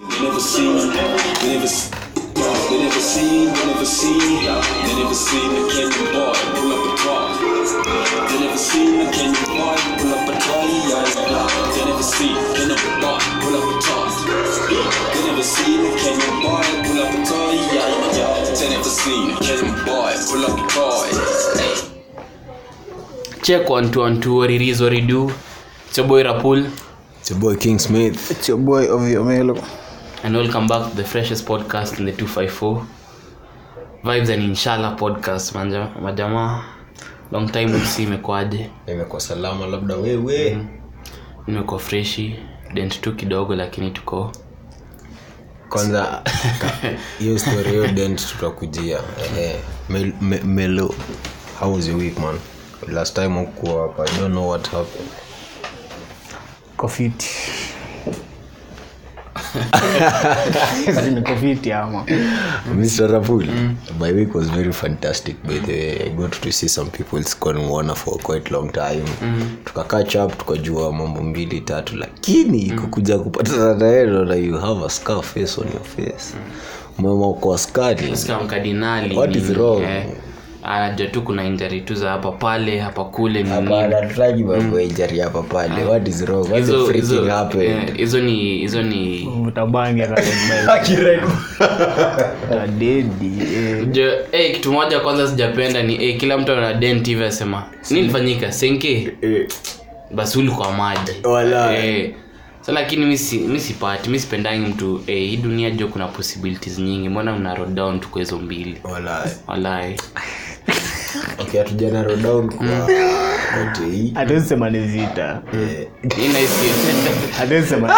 never seen, they never seen. They never seen, they never seen, they never seen a Kenyan boy pull up a car. They never seen a Kenyan boy pull up a car, yeah, yeah. They never seen a Kenyan boy pull up a car. They never seen a Kenyan boy pull up a car, yeah, yeah. They never seen a Kenyan boy pull up a car. Hey. check one two one two ririzo redo it's your boy rapul It's your boy King Smith. It's your boy Ovi Omelo. and welcome back to the freshest podcast in the 254 vibes and inshallah podcast manja majamaa long time msi imekuaje Nimekuwa salama labda wewe. nimekuwa freshi dent tu kidogo lakini tuko Kwanza ka- hiyo story hiyo dent tutakujia. Ehe. Mel- me- Melo. How was your week man? Last time hukuwa hapa. I don't know what happened. Kofiti. Hizi ni kofiti ama. Mr. Rapul, my week was very fantastic by the way. I got to see some people sikuwa nimeona for quite long time. Tukakaa chap tukajua mambo mbili tatu lakini kukuja kupatana na yeye na you have a scar face on your face. Umeamua kuwa askari. sika mkadinali What is nini, wrong? eh. anajua tu kuna injari tu za hapa pale hapa kule ni nini. hapanatraji mambo ya injury hapa pale what is wrong what the Mm. Ah. Hizo- freaking hizo- happened eh, hizo ni hizo ni Utabangi akadedi. Ah, eh. Jo- eh, kitu moja kwanza sijapenda ni eh, kila mtu ana dent hivi asema nilifanyika senke Eh. basi uli kwa maji Wala. eh, so lakini mi si- mi sipati mi sipendangi mtu eh, hii dunia jo kuna possibilities nyingi mbona mna roll down tuko hizo mbili Walai. walae okay hatuja narrow down kwa Mm. wote hii Hatuwezi sema ni vita. Eh, Hatuwezi sema ni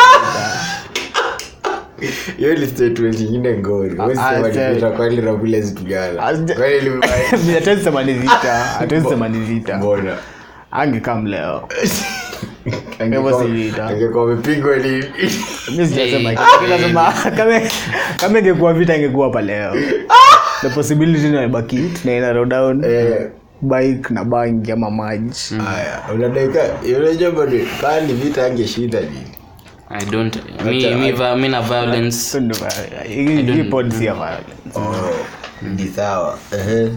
hiyo ni statement ingine ngori Huwezi Ah, sema sorry. nipita kwani rapule Ah, zitugana Asija- kwani limebaki? vita. Hatuwezi sema ni vita. Hatuwezi sema ni vita. mbona Angekam leo. Angekuwa- si vita. angekuwa amepigwa ni Mimi sijasema Eh, kitu. Mimi nasema, kama kama ingekuwa vita ingekuwa hapa leo. The possibility na ibaki na ina roll down. Eh, bike na bangi ama maji Mm. haya unadaika unajua bado kaa ni vita angeshinda nini I don't, mi, mi, va, mi na violence So ndo ba- hii- hii pod si ya Mm. violence. Oh, ni sawa Ehe.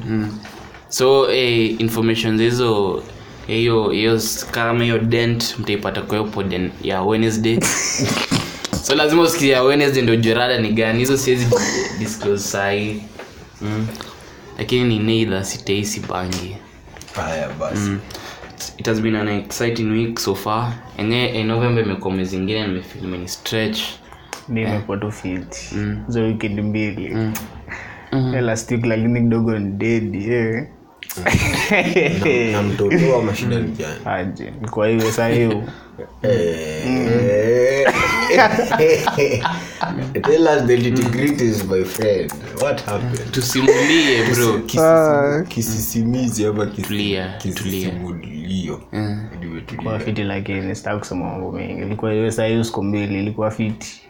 so eh, information za hizo hiyo hiyo s- kama hiyo dent mtaipata kwa hiyo pod en- ya wednesday so lazima usikie ya wednesday ndio jorada ni gani hizo siwezi disclose sahii mm. lakini ni neither sitaisi bangi haya basi Mm. it has been an exciting week so far enyewe eh, november imekuwa mwezi ingine nimefeel imeni stretch Mimi nimekuwa tu fit hizo weekend mbili Eh, last week lakini kidogo ni dead eh. Eh. na mtoto wa mashindano gani aje kwa hiyo saa hiyo Tell Eh. us the nitty-gritties, my friend. What happened? tusimulie bro Kisisi- kisisimizi ama kisi- Tulia, Eh. kisisimuliyo. Nimetulia. kwa fiti lakini sitaki kusema mambo mengi ilikuwa hiyo saa hiyo siku mbili ilikuwa fiti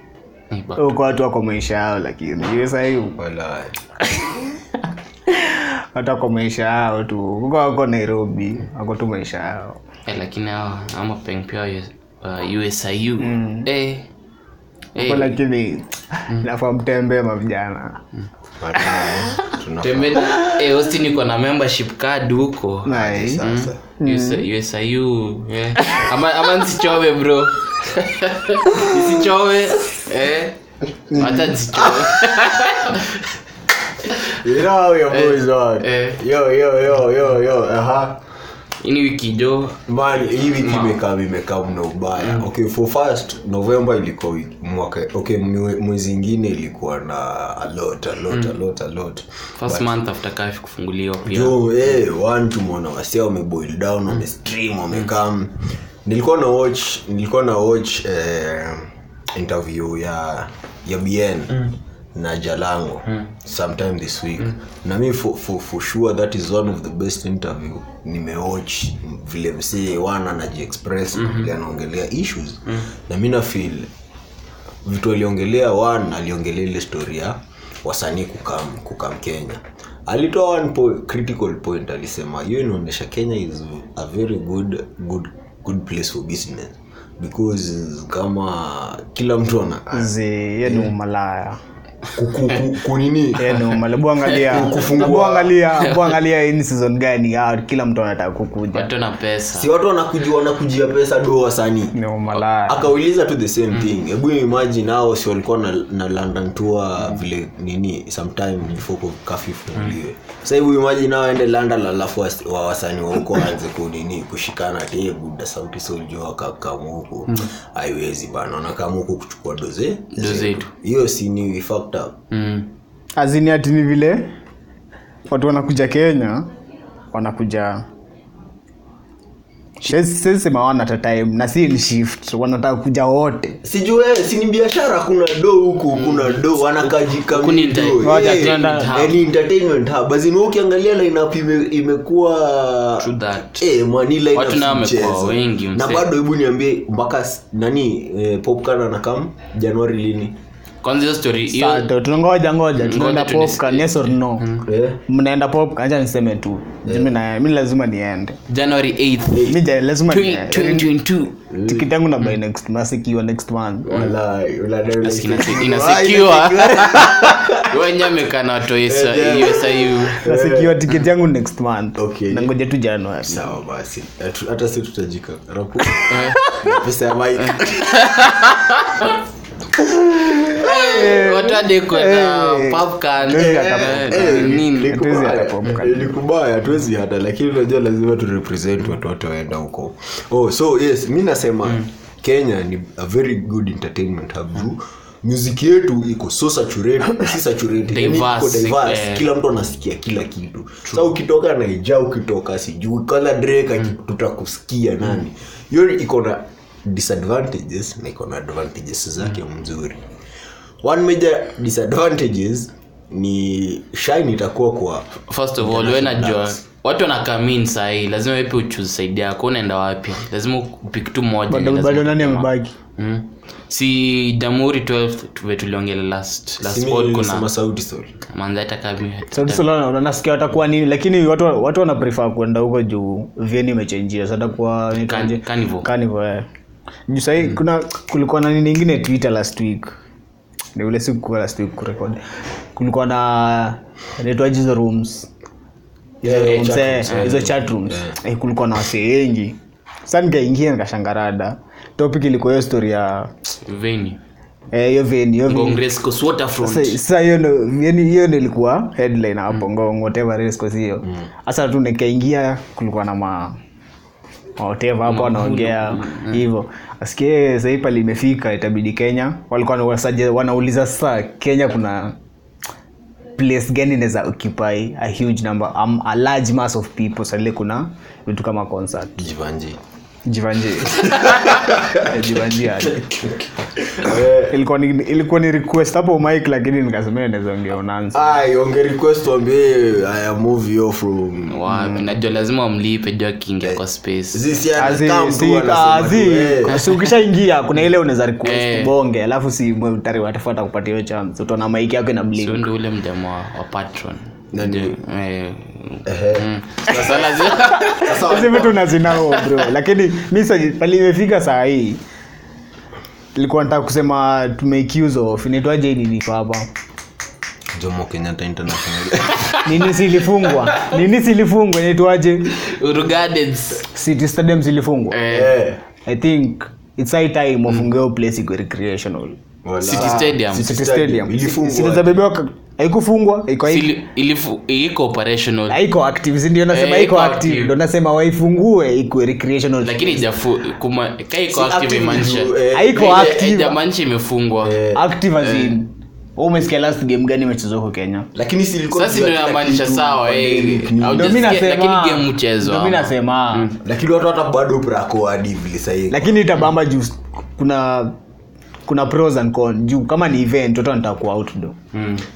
Ni ba- Au kwa watu wako maisha yao lakini hiyo saa hiyo Wala. watu wako maisha yao tu huko wako nairobi wako tu maisha yao Eh, lakini hawa ama peng pia wa usiu eh, Kwa eh, lakini nafaa mtembee mavijana Wala. Tuna- tembea- eh, Austin iko na membership card huko Nai. Sasa. US- usiu eh. ama, ama nisichome bro nisichome eh. hata nisichome You know how your boys are. eh. Yo, yo, yo, yo, yo. Aha. ini Yaani wiki jo Man, hii wiki imekaa imekaa mna ubaya okay for first november ilikuwa wiki- mwaka okay mwe- mwezi ingine ilikuwa na a lot a lot a lot a lot first month after kaf kufunguliwa pia jo eh, one tumeona wasia wameboil down wamestream wamekam nilikuwa na watch nilikuwa na watch eh, interview ya ya bn na jalango sometime this week na mi for, for, for sure that is one of the best interview nimewatch vile msee wana anajiexpress na vile anaongelea issues na mi nafeel vitu aliongelea one aliongelea ile story ya wasanii kukam, kukam kenya alitoa one po critical point alisema hiyo inaonyesha kenya is a very good good good place for business because kama kila mtu ana ye ni umalaya ku- ku- ku- kunini Ye ni umala- buangalia- Kufungua. buangalia- buangalia hii ni season gani ah, kila mtu anataka kukuja watu na pesa si watu wanakujia wanakujia pesa do wasanii ni umalaya akauliza tu the same thing hebu imagine hao si walikuwa na, na london tour vile nini sometime before ku- curfew ifunguliwe sasa hebu imagine hao waende london alafu wasi- wa wasanii wa huko waanze kunini kushikana te buda sauti soljo wakakamu huku haiwezi bana wanakamu huku kuchukua doze ndo zetu hiyo si ni fucked up mm. azini ati ni vile watu wanakuja kenya wanakuja sema wanata time na si ni shift wanataka kuja wote sijue eh, si ni biashara kuna do huku kuna do Huku ni enter- Ngoja, Eh, tuenda- wanakajikaniukiangalia ukiangalia lineup ime- imekuwa True that. Eh, Mwani lineup Watu nao si wamekuwa mchezo. wengi, na msee. bado hebu niambie mpaka s- nani eh, popkan anakam januari lini kwanza hiyo story hiyo Sato, tunangoja ngoja tunaenda tunis- popcorn, yes or no eh? mnaenda popcorn, acha niseme tu Mimi na- mi lazima niende january 8th mi ja- lazima niende Yaani 2022 tikiti yangu na by next month, ikiwa next month Wala- wala- Inasi- Wala- inasikiwa wenye amekaa na watu wa USIU. nasikiwa tiketi yangu next month Okay. nangoja tu januari sawa basi Hatu- hata si tutajika Rapu. pesa ya mike Eh, watu hadi kuenda eh, popcorn, eh, eh, Eh, nini. Hatuwezi kubaya. hata popcorn. Eh, ni kubaya hatuwezi hata lakini unajua lazima turepresent watu wote waenda huko oh, so yes mi nasema Mm. kenya ni a very good entertainment hub juu muziki yetu iko so saturated si saturated yani iko Diverse, diverse eh. kila mtu anasikia kila kitu sa ukitoka naija ukitoka sijui kala Mm. dreka tutakusikia nani hiyo iko na disadvantages na iko na advantages zake Mm. mzuri one major disadvantages ni shine itakuwa kwa first of all wewe najua watu wanakamin sahii lazima wepe uchuzi saidi yako unaenda wapi lazima upik tu moja bado lazima- bado nani amebaki Mm. si jamhuri 12 tuve tuliongela last last Simi pod nilisema kuna sauti sorry. manza hata kabi Sauti Sol wana- wanasikia watakuwa nini lakini watu watu wana prefer kwenda huko juu vieni imechenjia sasa atakuwa nitaje Can- carnival. carnival eh juu sahii kuna kulikuwa na nini ingine twitter last week ni ule siku kwa last week kurekod kulikuwa na inaitwaje hizo rooms Hizo Yeah, rooms, chat eh, rooms, hizo chat rooms Eh, kulikuwa na wasee wengi sasa nikaingia nikashangarada topic ilikuwa hiyo story ya veni eh, hiyo veni hiyo veni congress coast Sa- waterfront sasa hiyo ndo yani hiyo ndo ilikuwa headline hapo ngong whatever rescos hiyo hasa tu nikaingia kulikuwa na ma whatever hapo wanaongea hivyo asikie sahii pale imefika itabidi kenya walikuwa wana- wasaje- wanauliza sasa kenya kuna place gani inaweza occupy a huge number um, a large mass of people sadile kuna vitu kama concert Jivanji. jivanje jivanje Eh, ilikuwa ni, ilikuwa ni request hapo mike lakini nikasema naweza ongea unansa Ai, onge request wambie I am move you from wapi najua lazima wamlipe juu akiingia kwa space Zisi ana Azi- come si- tu anasema azi- tu, eh. si ukishaingia kuna ile unaweza request Eh. bonge alafu si tari watafuata kupatia hiyo chance utaona maiki yako ina blink sio ndo ule mjamaa wa- wa patron Nani? Ndio, eh, Ehe. mm. Sasa lazima- Sasa hizi vitu nazinao bro lakini mi saji- pali imefika saa hii ilikuwa nataka kusema to make use of inaitwaje hii nini kwa hapa Jomo Kenyatta International. nini silifungwa nini silifungwa inaitwaje Uhuru Gardens. city stadium zilifungwa Eh, Eh, i think it's high time Mm. wafungeo place iko recreational wala. City Stadium. City city Stadium. stadium Ilifungwa. silizabebewa ka- haikufungwa iko Sili- ilifu- iko operational haiko active si ndio nasema Eh, iko iko active active. ndo nasema waifungue iko recreational lakini jafu kuma kai Si iko active active imaanisha juu, eh, Haiko Haija- active. haijamaanisha imefungwa Eh. active as in wewe umesikia last game gani imechezwa huko Kenya lakini si ilikuwa sasa ndio kila namaanisha kitu, sawa eh, pandemic, nini. haujasikia, ndio mimi lakini nasema game Mm. mchezo ndio mimi ama. nasema lakini watu hata bado brako hadi vile sahii lakini itabamba juu kuna kuna pros and cons juu kama ni event watu wanataka kuwa outdoor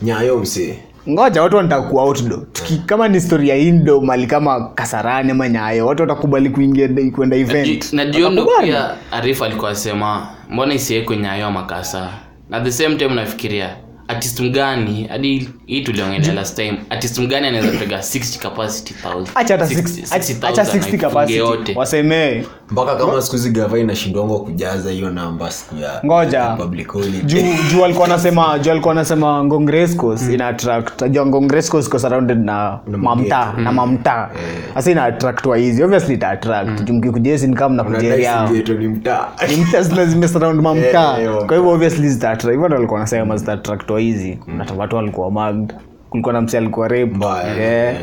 nyayo msee ngoja watu wanataka kuwa outdoor Tuki, kama ni story ya indo mali kama kasarani ama nyayo watu watakubali kuingia kwenda event Ju- na juu ndo Watakubali. pia arifa alikuwa asema mbona isiwekwe nyayo makasa na the same time nafikiria artist mgani hadi hii tuliongelea last time artist mgani anaweza piga 60 capacity 1000 acha hata 60 60 acha 60 capacity wasemee mpaka kama siku hizi gava inashindwangwa kujaza hiyo namba siku ya ngoja public holiday. juu juu alikuwa anasema juu alikuwa anasema ngongrescos Mm. ina attract juu ngongrescos iko surrounded na mamtaa na Mm. mamtaa sasa ina attract wa hizi obviously ita attract juu mkikujia sin kama na kujia Unadai yao si ghetto ni mtaa Ni mtaa zile zimesurround mamtaa Eh, eh, mamtaa. kwa hivyo obviously zita attract hivyo ndo alikuwa anasema zita attract wa hizi na watu walikuwa mugged kulikuwa na msi alikuwa raped. Mm. Mbaya, Eh. eh.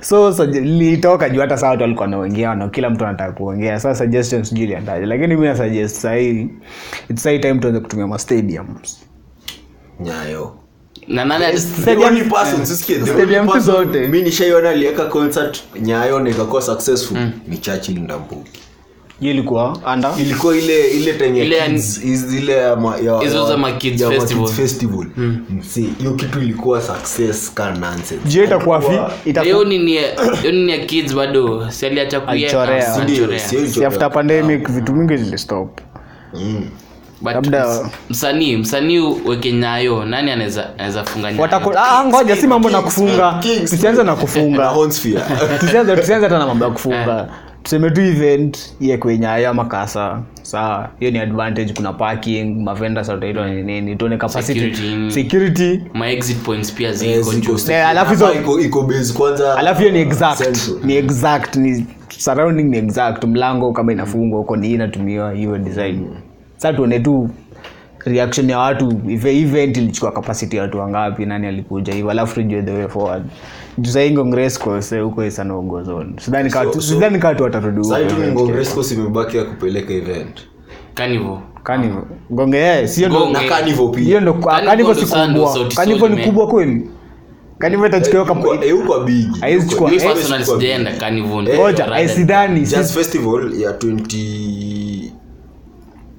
so so, lilitoka juu hata saa watu walikuwa wanaongea na kila mtu anataka kuongea saa suggestions juu liandaje lakini mi nasuggest sahii its high time tuanze kutumia mastadiums nyayo na nani Eh, ati- The Stadium- only person, sisikie, the Stadium only tu person, zote. mi nishaiona aliweka concert nyayo na ikakuwa successful Mm. ni churchill ndambuki hiyo ilikuwa anda ilikuwa ile ile time Ile ya ya- kids, is- ile ya ma- ya- Hizo ya- za ma kids ya ma kids festival. festival Msi, hiyo kitu ilikuwa success ka nonsense. Mm. juu itakuwa fi Ilikuwa- Na itakuwa hiyo nini ya- hiyo nini ya kids bado sialiacha Alichorea. kuieka Ndio, alichorea. sio si hicho- after Ah. pandemic vitu mingi zilistop Mm. But Labda- ms- msanii msanii weke nyayo nani anaweza anaweza funga nyayo Watako- ah, ngoja si mambo na Kings, kufunga Kings. tusianze na Na kufunga Hornsfear. tusianze tusianze hata na mambo ya kufunga tuseme tu event iye kwenye ayo makasa sawa hiyo ni advantage kuna parking mavenda sautaitwa nini tuone capacity Security. security ma exit points pia Eh, ziko ziko juu sti- Eh, alafu hizo- Hapa iko- iko base kwanza alafu hiyo ni exact central. ni exact ni surrounding ni exact mlango kama inafungwa huko ni hii inatumiwa hiyo design sa tuone tu reaction ya watu ive- event ilichukua capacity ya watu wangapi nani alikuja hivyo alafu tujue the way forward juu sahii ngongres kose huko isanaogozon sidhani kaa So- so- sidhani kaa tu watarudi huko Sasa tu ni event Ngongresco simebaki ya kupeleka event kanivo Carnival. Gonge, eh, sio ndo- Gonge. na Okay. Carnival pia hiyo ndo Carnival kanivo ndo si sando, kubwa sauti kanivo soli, ni man. kubwa kweli kanivo itachukua Eh, kapa- huko- eh, huko bigi. Haiwezi Huko- chukua- mi eh, huko personal chukua bigi. sijaenda kanivo Eh, ngoja Rather- aisidhani jazz festival ya 20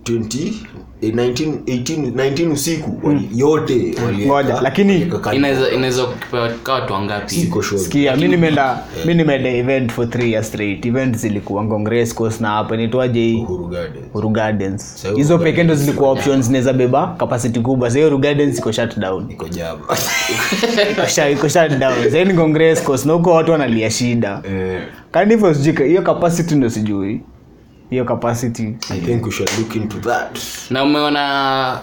20 eh, 19 18 19 usiku wali- yote waliweka- Ngoja, Mm. lakini- waliweka kadi. inaweza inaweza kupewa kaa watu wangapi Siko sure. sikia mi nimeenda mi nimeenda event for three years straight event zilikuwa ngongres course na hapa inaitwaje hii Uhuru Garden. Uhuru gardens Sasa hizo Uhuru pekee ndo zilikuwa options zinaweza beba capacity kubwa sahii Uhuru gardens iko shut down Iko jaba. Iko shut- iko shut down sahii ni ngongres course na huko watu wanalia shida Eh, kani hivyo sijui ka- hiyo capacity ndo sijui hiyo capacity I think we should look into that. na umeona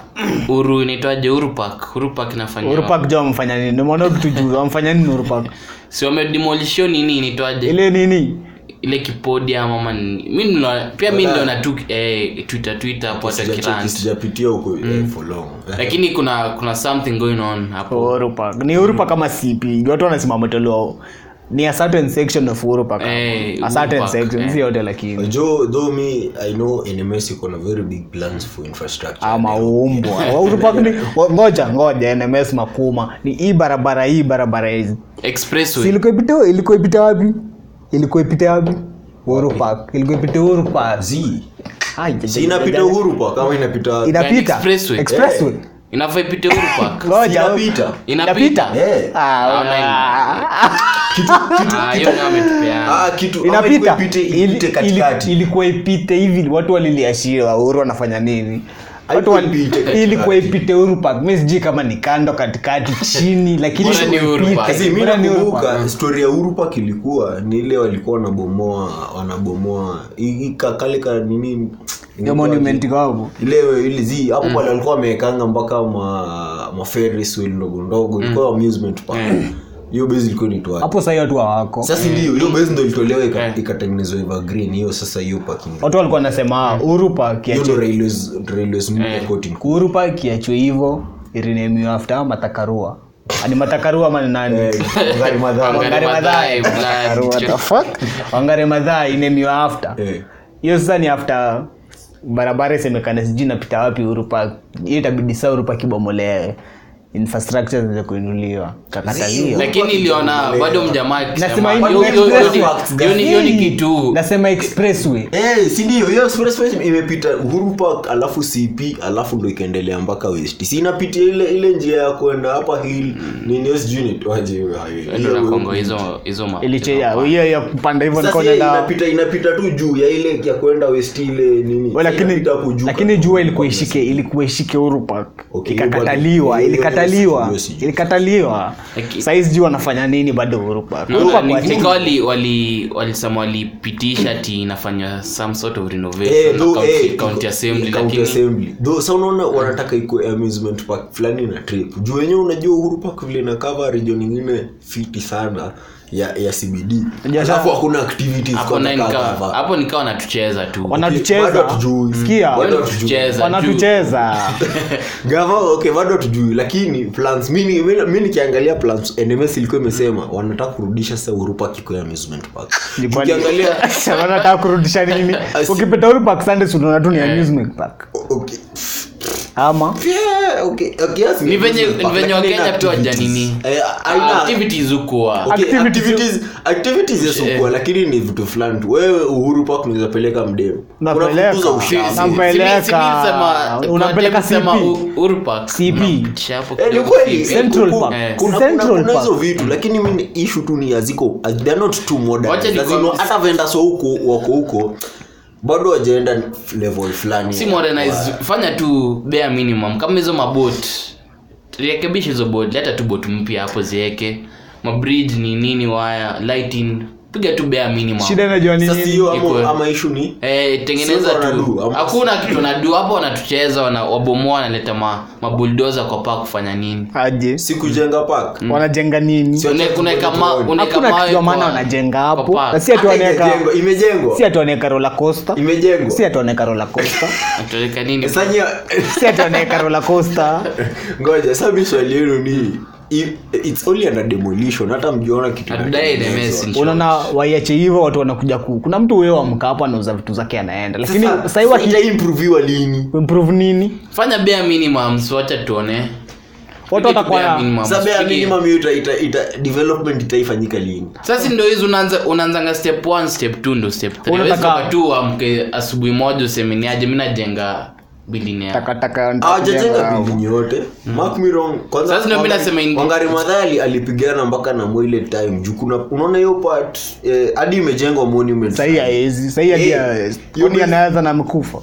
uru inaitwaje uru park uru park inafanya urupak jo wamfanya nini nimeona kitu juu wamfanya nini urupak si wamedemolishio nini inaitwaje ile nini ile kipodi ama ama nini mi niliona- pia mi niliona tu eh, twitter twitter hapo hata Sijache- kirant sijapitia huko Mm. eh, for long. lakini kuna kuna something going on Oh. hapo urupak ni urupak kama cp watu wanasimama toleo ni a certain section of urupak Eh, a certain Uhuru Park, section eh. si yote lakini Joe, though me, I know NMS iko na very big plans for infrastructure. ama umbwa Wa urupak ni wa- ngoja ngoja nms makuma ni hii barabara hii barabara hizi expressway si ilikuwa ipita ilikuwa ipita wapi ilikuwa ipita wapi urupak ilikuwa ipita urupak Zii. Ai, Si inapita uhuru pa kama inapita inapita Expressway. expressway inafaa ipite uru park ngoja Inapita. inapita Eh. Ah, Ah, Ah, hiyo ndio ametupeana. Ah, kitu ama ilikuwa ipite- inapita Ili- ipite ili- katikati. ilikuwa ipite hivi watu waliliashiwa uhuru wanafanya nini Watu wali- Ilikuwa ipite katikati. ilikuwa ipite uhuru park mi sijui kama ni kando katikati chini lakini Bora ni Uhuru ipite. Park. Kasi mi Bora ni Uhuru Park. nakumbuka stori ya urupak ilikuwa ni ile walikuwa wanabomoa wanabomoa i- i- ka- kale ka nini Hiyo monument kwangu ile ile zi hapo pale walikuwa wamewekanga mpaka ma ma ferris wheel ndogo ndogo ilikuwa amusement park hiyo base ilikuwa ni Mm. hapo Mm. sahii watu hawako sasa ndio hiyo base ndio ilitolewa ika- Eh. ikatengenezwa evergreen hiyo sasa hiyo parking watu walikuwa wanasema "Ah, uhuru park hiyo iache- ndio railways railways Mm. Eh. court in- uhuru park iachwe hivo irinemiwe after matakarua ani matakarua ama ni nani Eh, Wangari Maathai. wangare madhai Madhai, blood. wangare madhai inemiwa after Eh. hiyo sasa ni after barabara isemekana sijui inapita wapi urupa hiyo itabidi saa urupa kibomolewe infrastructure zinaweza kuinuliwa kakata Zii, hiyo lakini iliona bado mjamaa akisema, nasema hii ni "Yo, yo, yo, expressway. yo, yo, yo, ni- yo ni Zii, kitu nasema expressway Eh, si ndio hiyo express way imepita uhuru park alafu cp alafu ndo ikaendelea mpaka west si inapitia ile ile njia ya kwenda hapa hill nini hiyo sijui inaitwaje hiyo highway. Ndio Hiyo- nakongo hizo hizo ma- ilichea hiyo ya kupanda hivyo Sasa nilikuwa hiyo naenda- inapita inapita tu juu ya ile ya kwenda west ile nini Well, Inapita lakini hapo juu lakini kabisa. jua ilikuwa ishike ilikuwa ishike urupa Okay, hiyo bado- ikakataliwa hiyo- hiyo ilikataliwa hiyo sijui. ilikataliwa Laki- saizi juu wanafanya nini bado hurupa Naona ni- nika wali- wali- walisema walipitisha ti inafanywa some sort of renovation Eh, na though, county- eh, county iko- assembly, county lakini- assembly. Though, sa unaona wanataka ikue amusement park fulani na trip juu wenyewe unajua uhuru park vile na cover region ingine fiti sana ya, ya cbd Unajua alafu sa- hakuna activities Hapo kwa naye kaa nika- cover. hapo nikawa natucheza tu Bado wanatucheza hatujui. sikia Bado hatujui. Wanatucheza tu. wanatucheza gava okay bado tujui lakini plans mi ni- mi- mi nikiangalia plans nms ilikuwa imesema wanataka kurudisha sasa urupa kiko ya amusement park Ni kwani- Ukiangalia- Sasa wanataka kurudisha nini Asi- ukipita huyu park sundays unaona tu ni Eh. amusement park okay. ama Yeah, okay, okay, yes, Ni venye- amusement park, ni venye lakini haina Wakenya tu Ah, activities. hawajanini. Eh, haina- activities hukuwa Okay, Activities- activities- activities yasukua lakini ni vitu fulani tu wewe uhuru park unaweza peleka mdemu Unapeleka. Unapunguza ushamba. Si- si- Unapeleka. Unapeleka CP. CP. Eh, ni kweli, Central eh, kuku- Park. Eh. kuna- Central kuna- kuna Park. hizo vitu lakini mi ni issue tu ni haziko they're not too modern. Wacha ni As in, kwa- hata vendors wa huko wako huko bado wajaenda level fulani si modernize fanya tu bare minimum kama hizo mabot rekebisha hizo bot leta tu bot mpya hapo ziweke mabridge ni nini waya lighting piga tu bare minimum shida inajua Sasa nini hiyo Iko- ama, ama issue ni Eh, tengeneza Sasa wanadu, tu ama- hakuna kitu nadu hapo wanatucheza wana, wabomoa wanaleta ma, mabuldoza kwa paa kufanya nini aje si kujenga park wanajenga nini Mm. Sio- Une- kunaeka ma- Hakuna unaeka hakuna mawe kitu ya maana kwa- wanajenga kwa hapo park. Na si ati Hata wanaeka- imejengwa imejengwa si ati wanaeka roller coaster imejengwa si ati wanaeka roller coaster Ataweka nini Sasa nyie- si ati wanaeka roller coaster ngoja sasa mi swali yenu ni i- it's only under demolition hata mjiona kitu Hatudai elements, in short. unaona waiache hivyo watu wanakuja ku kuna mtu wewe amka hapo anauza vitu zake anaenda lakini Sasa, sahii sasa waki itaimproviwa lini improve nini fanya bare minimum so wacha tuone watu Piga tu watakuwa bare na- minimum, Sasa bare usipige- minimum hiyo ita- ita- ita- development itaifanyika lini sasa ndo hizi unaanza unaanzanga step 1 step 2 ndo step 3 Unataka- unataka tu amke asubuhi moja usemeniaje mimi najenga billionaire takataka hawajajenga bilding yote mark me wrong kwanza Hmm. Sasa ndio mimi nasema in- wangari madhali alipigana mpaka na mwile time juu kuna unaona hiyo part eh, hadi imejengwa monument sahii aezi sahii Hey, aji you need- anaweza na amekufa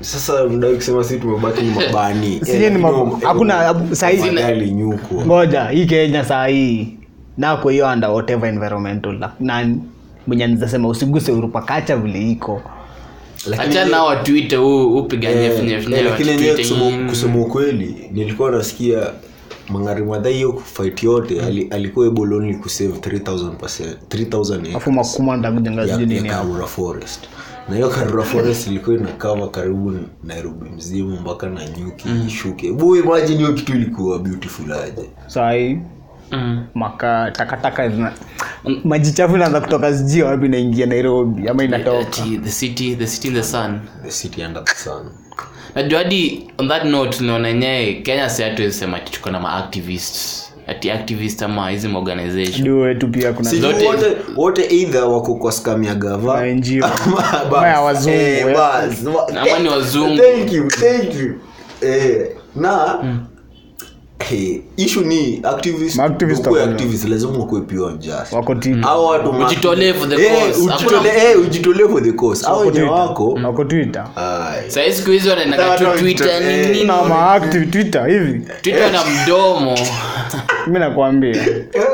sasa mdai kusema si tumebaki ni mabani Eh, Sijui ni mab- hakuna- sahii- madali nyuko ngoja hii kenya saa hii nako hiyo under whatever environmental na- nani mwenye anizasema usiguse urupakacha vile iko acha na watuite huu upiganie Eh, finye eh, finye lakini yenyewe kusema- watuite kusema ukweli nilikuwa nasikia mangari madhai hiyo fight yote ali- alikuwa able only kusave 3000 3000 afu makuma ndakujenga ya, sijui ya nini karura forest na hiyo karura forest ilikuwa inakava karibu nairobi mzima mpaka na nyuki ishuke bu imagine hiyo kitu ilikuwa beautiful aje sahii Mm. maka takataka zina maji chafu inaanza kutoka sijui wapi inaingia nairobi ama inatoka the city the city in the sun the city under the sun najua hadi on that note tunaona yenyewe kenya si hatuwezi sema ati tuko na maactivists ati activist ama hizi maorganization ndio wetu pia kuna Sijui Zote- wote wote either wako kwa scam ya gava Na NGO. ama bas. Ama ya wazungu, Eh, ya- bas. Wa- eh, Ama ni wazungu. Thank you, thank you. Eh, na eh, issue ni activist Hmm. Ma activist ukue wako- activist lazima ukue pure and just wako titi Hao watu ma- Ujitolee for the Eh, cause. Hakuna- ujitolee- eh, ujitolee for the cause Hao wenye wako wako Hmm. twitter Ai. sahii siku hizi wanaendaga tu Tano, twitter eh, ni nini na maactive twitter hivi twitter na mdomo mi nakwambia Eh,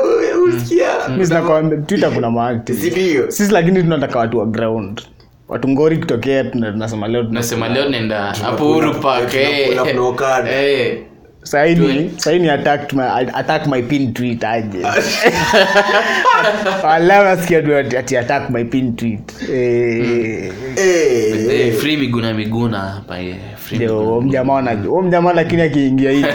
usikia. Hmm. mi sinakwambia twitter kuna maactive Sindio? sisi lakini tunataka watu wa ground watu ngori kutokea tuna- tunasema leo tuna- nasema leo naenda hapo huru park eh. tunakula mnokana. Eh. Sahi ni- sahi ni attack my, attack my pin tweet aje Wala nasikia tu ati- ati attack my pin tweet Eh, Eh, Eh, free miguna miguna hapa eh, free ndio miguna. huo mjamaa anajua- huo mjamaa lakini akiingia hivi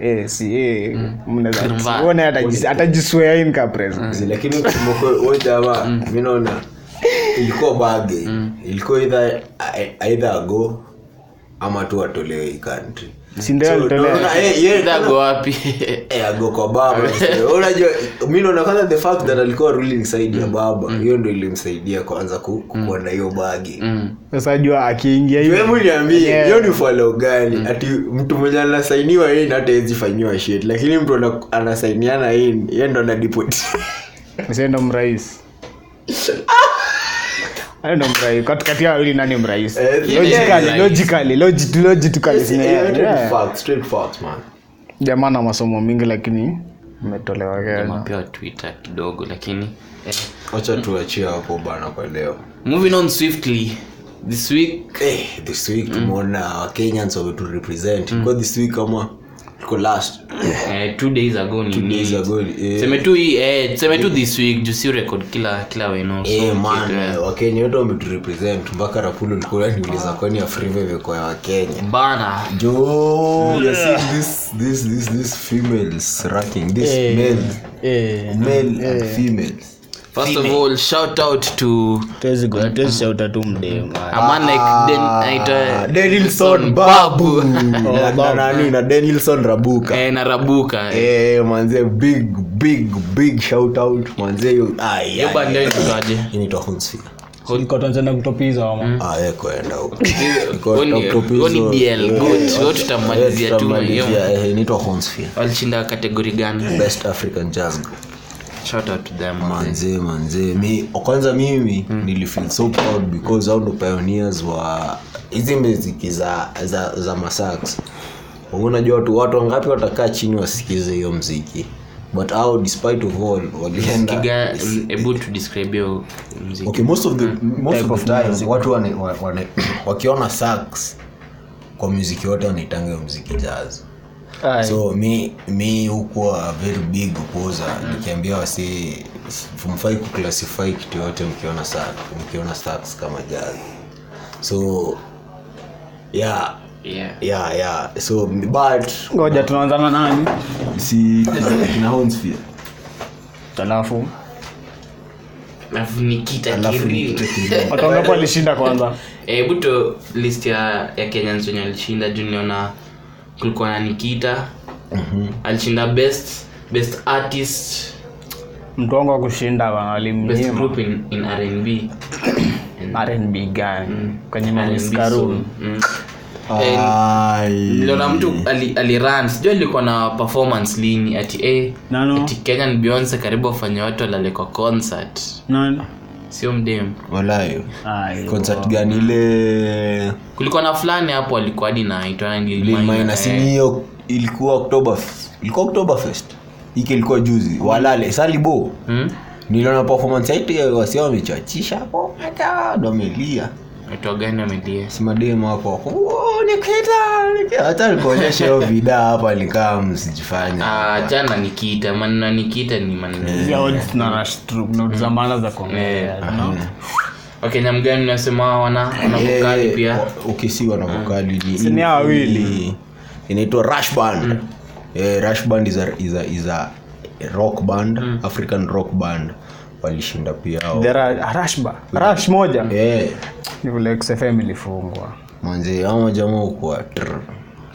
Eh, si eh, mnaweza- Kirumba. huo naye atajis- atajiswear in ka president Zi- lakini kusema kweli, wewe jamaa Mm. mi naona ilikuwa bage ilikuwa either- ai- either ago ama tu atolewe hii country Si ndio alitolewa? naona, eh, yeye- Either go wapi eh, ago kwa baba unajua mi naona kwanza the fact that alikuwa ruling side Mm. ya baba hiyo ndio ilimsaidia kwanza ku- kukuwa na hiyo bage Mm. sasa jua akiingia hivi- hebu niambie Mm. Yeah. hiyo ni follow gani Mm. ati mtu mwenye anasainiwa in hata hezi fanyiwa shit lakini mtu ana- anasainiana in ye ndo anadipoti Mzee ndo mrais Hayo ndo mrais katikati ya wawili nani mrais Eh, Logically, yeah. logically, logi- logically Yeah, zina- yeah, yeah. facts, straight facts, man. jamaa na masomo mingi lakini ametolewa kenya amepewa twitter kidogo lakini eh. wacha tuachie hapo bana kwa leo moving on swiftly this week eh, this week tumeona wakenyans wameturepresent mm. this week kama iko last eh, two days ago ni Two days ni- ago, eh. Tuseme tu hii, eh, tuseme tu this week juu si record kila kila weno so, Eh, man, kitu, eh. wakenya wote wameturepresent mpaka rapulu ulikuwa niuliza kwani afriva imekuwa ya wakenya bana jo we are seeing this, this, this, this females racking this male, male and females first of all shout out to tuwezishauta tu mdema a Ah, man like Den, aitwa- denilson babu Babu. na na nani na denilson rabuka eh, na rabuka eh. Eh, manze big big big shout out manze yo ai, Hiyo ai, band leo inatokaje? ai. inaitwa Hunsi. kotanzana kutopiza wama Ah, eh, kwenda huko. Iko Huo ni- top to huo ni piso. DL, Eh, good. eh, Huo tutamalizia eh, tu, tutamalizia, hiyo. eh, inaitwa Hunsi. walishinda kategori gani best african jazz group. shout out to them manze manze mi kwanza mimi nilifeel so proud because au ndo pioneers wa hizi miziki za za, za masax unajua watu watu wangapi watakaa chini wasikize hiyo mziki but au despite of all walienda Kiga- hebu to describe hiyo mziki okay most of the most of the time watu wana, wa- wana, wakiona sax kwa muziki wote wanaitanga hiyo muziki jazz so mi mi hukuwa very big kuuza Mm. nikiambia wasi mfai kuclassify kitu yote mkiona sax mkiona sax kama jazz so yeah yeah. yeah yeah so but ngoja tunaanzana nani si na Hornsfield. alafu Alafu Nikita alafu Kering. nikite kingine. watu wangapi walishinda kwanza Eh, hebu to list ya ya kenyans wenye alishinda juu niliona kulikuwa na nikita Mhm. alishinda best best artist mtu wangu wa kushinda bana best walimnyima group in, in rnb rnb Mm. gani kwenye R&B maniskarun soul. Mm. Eh, Ai. niliona mtu ali- aliran sijui alikuwa na performance lini ati eh, Na no. ati kenyan beyonce karibu wafanya watu walale kwa concert nani sio mdem Walayo. Ah, hiyo. concert gani ile kulikuwa na fulani hapo alikuwa hadi na itwa nani, Lil Minor, lilmaina eh. sinio ilikuwa oktoba ilikuwa oktoberfest iki ilikuwa juzi walale salibo Hmm? niliona performance yake wasio wamechachisha hapo hata ndo wamelia Aitwa gani amelia simademu hapo wako, "Oh, Nikita, Nikita." hata nikuonyesha hiyo vida hapa nikaa msijifanya Ah, jana nikita maneno ya nikita ni maneno Hizi odds na rush through, na za maana za kuongelea no? wakenya mgani nasema wana wana vokali Mm. Eh, pia Mm. wa- ukisiwa na vokali ni- Sini hawa wawili. ni- inaitwa rush band Mm. Eh, rush band is a, is a, is a rock band Mm. african rock band walishinda pia hao. The Ra- Rush ba- Rush moja Mm. Eh, Ni vile XFM ilifungwa manze ama jamaa ukuwa tr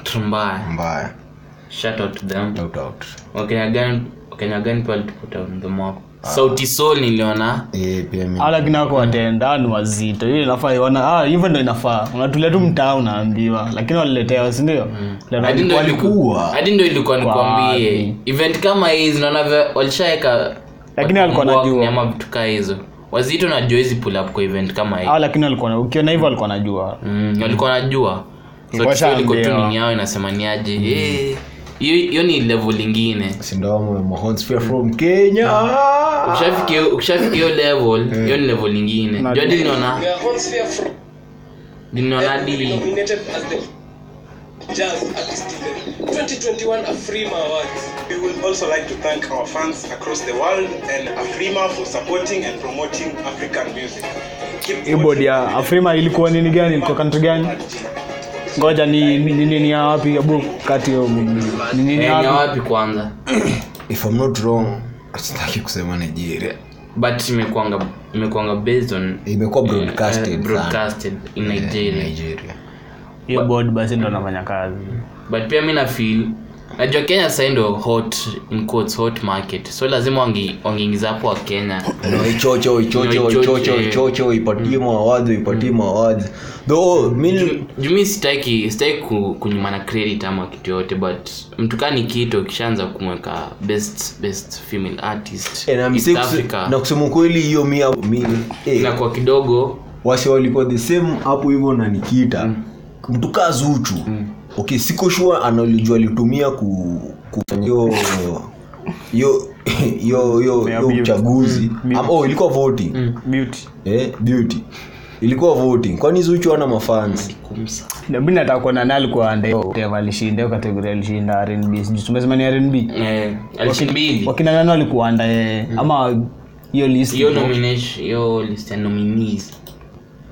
tumbaya mbaya shout out to them no doubt wakenya gani wakenya gani pia walitukuta on the map sauti sol niliona Eh, pia mimi Hao lakini wako watenda ni wazito hiyo inafaa iona ah hivyo ndo inafaa unatulia tu mtaa unaambiwa lakini waliletewa si ndio Leo Hadi ndo walikuwa- iliku- walikuwa. hadi ndo ilikuwa nikwambie Wapi? event kama hizi naona vya- walishaweka Lakini walikuwa watu wanajua. ama vitu kaa hizo wazito najua hizi pull up kwa event kama hii hao lakini walikuwa ukiona hivyo walikuwa najua mm, walikuwa wanajua sauti sol iko tu Washaambiwa. nini yao inasema ni aje Eh, hiyo hiyo ni level ingine sindamo mahons pia from kenya Ah. ukishafika ukishafika hiyo level hiyo ni level nyingine Na- jua hadi niliona We are once we are fr- niliona hadi nominated as the Jazz Artist of the 2021 Afrima Awards. We would also like to thank our fans across the world and Afrima for supporting and promoting African music. Keep hii bodi ya afrima ilikuwa nini gani ilikuwa country gani ngoja ni ni- ni nini ya wapi abu kati ya ni nini Eh, ya ni wapi wapi kwanza if i'm not wrong sitaki kusema nigeria but imekwanga imekwanga based on imekuwa broadcasted eh, sana. broadcasted in Eh, nigeria nigeria hiyo bodi basi ndo anafanya kazi but pia mi nafil najua kenya sahii ndo hot in quotes, hot market so lazima wangi- wangeingiza hapo wa kenya waichoche waichoche Waichoche. waichoche waichoche waipatie mawadhi waipatie mawadhi though oh, mi jumi sitaki sitaki ku- kunyimana credit ama kitu yote but mtu kaa ni kitu ukishaanza kumweka best best female artist eh, na East msee kus- Africa, na kusema kweli hiyo mi mi- eh, inakuwa kidogo Mm. wasi walikuwa the same hapo hivyo na nikita mtu kaa zuchu okay siko sure analijua alitumia ku kufanya hiyo hiyo hiyo hiyo hiyo Yeah, mute. uchaguzi Mm, mute. Ama- oh ilikuwa voting beauty eh beauty ilikuwa voting kwani zuchu ana mafans kumsa nami nataka kuona naye alikuwa ande- Dave alishinda hiyo kategoria alishinda rnb sijui tumesema ni rnb eh alishinda mbili wakina nani walikuwa anda ama hiyo list hiyo nomination hiyo list ya nominees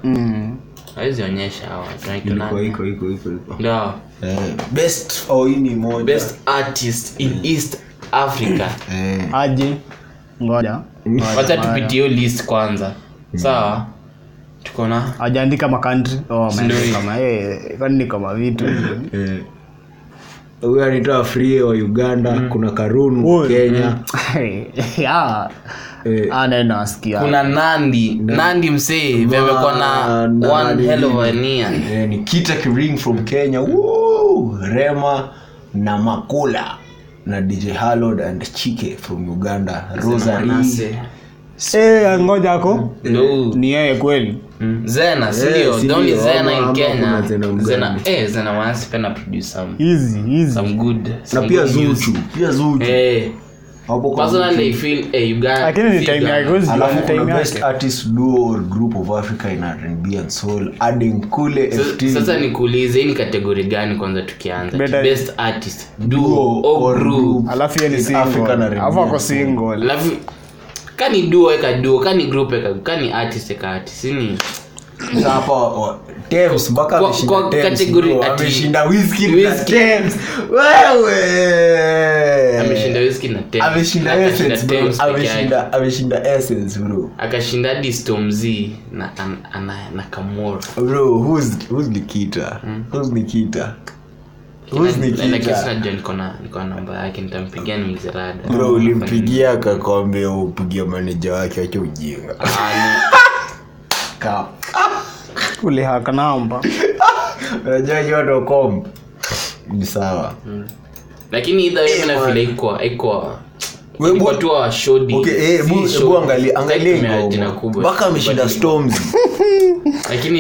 Mm. hawezi onyesha hawa tunaitwa ilikuwa nani iko iko iko iko ndio eh best oh hii ni moja best artist in east africa eh aje ngoja wacha tupitie hiyo list kwanza sawa tuko na ajaandika makantri oh, Ndio. ameandika kama eh, kwani ni kama vitu eh huyo anaitwa Free wa Uganda kuna Karunu Kenya Yeah. eh, Ah, naenda nasikia. kuna nandi nandi msee vamekuwa na na- one nani- hell of a nia eh, ni Kita Kiring from Kenya Woo! Rema na Makula na DJ Hallod and Chike from Uganda Rosary Manase. Eh, ngoja ako Ndio. ni yeye kweli Mm. zena Eh, sindio si doni ndio? zena Ama- in ama kenya kuna Zena Uganda. zena eh zena wanasi pena produce some hizi hizi some good na some pia good music. Zuchu pia Zuchu eh hapo kwa personally i Zuchu. feel eh uganda lakini ni time yake huwezi jua ni alafu time kuna best yake artist duo or group of Africa in R&B and soul adding Kule FT Sa- sasa nikuulize hii ni kategori gani kwanza tukianza Better- best artist duo Duo or or group group. alafu yeye ni In Africa na single Renia. alafu ako single alafu kani duo eka duo kani group eka kani artist eka artist sini Sasa hapa wa- wa- Tems, mpaka Kwa- ameshinda kwa Tems, category bro. ati- Ameshinda Wizkid na Wizkid. Tems. Wewe. ameshinda whisky na Tem- Eh, ameshinda akashinda essence bro. Tems peke yake. ameshinda ameshinda essence bro akashinda distomz na, an- ana- na kamora bro who's who's nikita Hmm? who's nikita who's lakini nikita sinajua niko namba yake nitampigia nimzirada bro ulimpigia akakwambia upigia maneja wake wache ujinga Ah, Ka- ulihaka namba unajua yodo comp ni sawa Hmm. lakini idha nafila ikwa ikwa We- ikwa bu- tu wa shodi okay eh Si bu- shodi. bu angalia angalia Tumia jina ngoma kubwa. mpaka ameshinda But- storms lakini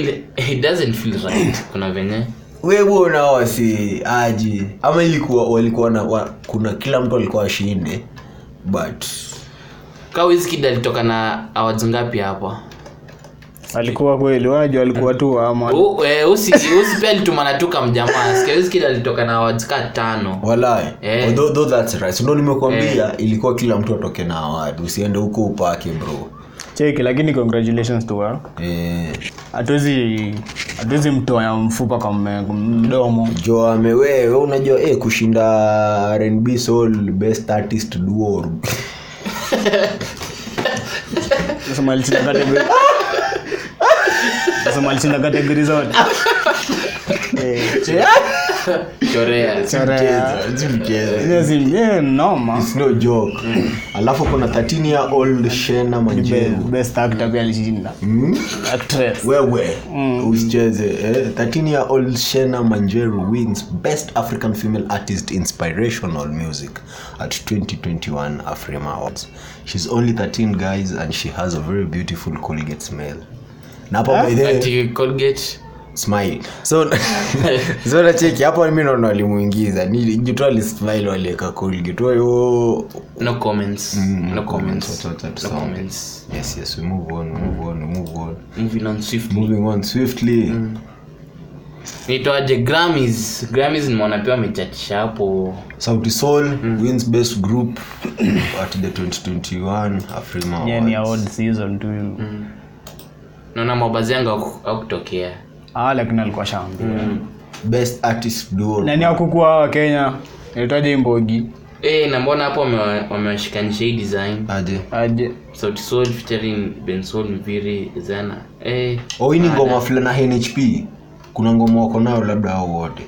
it doesn't feel right kuna venye wewe unao wasi aji ama ilikuwa walikuwa na wa, kuna kila mtu alikuwa ashinde but ka Wizkid alitoka na awards ngapi hapa alikuwa kweli wanajua alikuwa tu ama U- eh, usi usi pia alitumana tu kamjamaa sikia Wizkid alitoka na awards ka tano walae Eh. although, although that's right ndo nimekuambia ilikuwa kila mtu atoke na awadi usiende huko upake bro cheki lakini congratulations to her eh, hatuwezi hatuwezi mtoa ya mfupa kwa mme- mdomo jo amewewe unajua eh, kushinda rnb soul best artist duo Nasema alishinda category- Nasema alishinda category zote Eh, chorea chorea. Si mchezo. Hiyo si- eh, noma It's no joke alafu kuna 13 year old shena Be- manjeru best actor pia alishinda mm? actress wewe Mm, usicheze eh? 13 year old shena manjeru wins best african female artist inspirational music at 2021 afrima awards she's only 13 guys and she has a very beautiful colgate smile na hapo by the way, ati Colgate smile so so nacheki hapo mi naona walimuingiza Ni- jutu alismile waliweka colgate wayo no comments Mm, no no comments comments, tota. what- what- no what- comments yes yes we move on we move on we move on moving on swiftly moving on swiftly nitoaje grammys grammys nimeona pia wamechatisha hapo sauti sol Mm. wins best group at the 2021 afrima Yeah, ni Awards. award season tu naona mabazi yangu haku- hakutokea ah lakini alikuwa shamba best artist duo nani akukua kenya nilitaje imbogi Eh, na mbona hapo wame- wamewashikanisha hii design aje aje sauti sol featuring bensol mviri zana Eh, oh hii ni ngoma fulani na nhp kuna ngoma wako nayo labda hao wote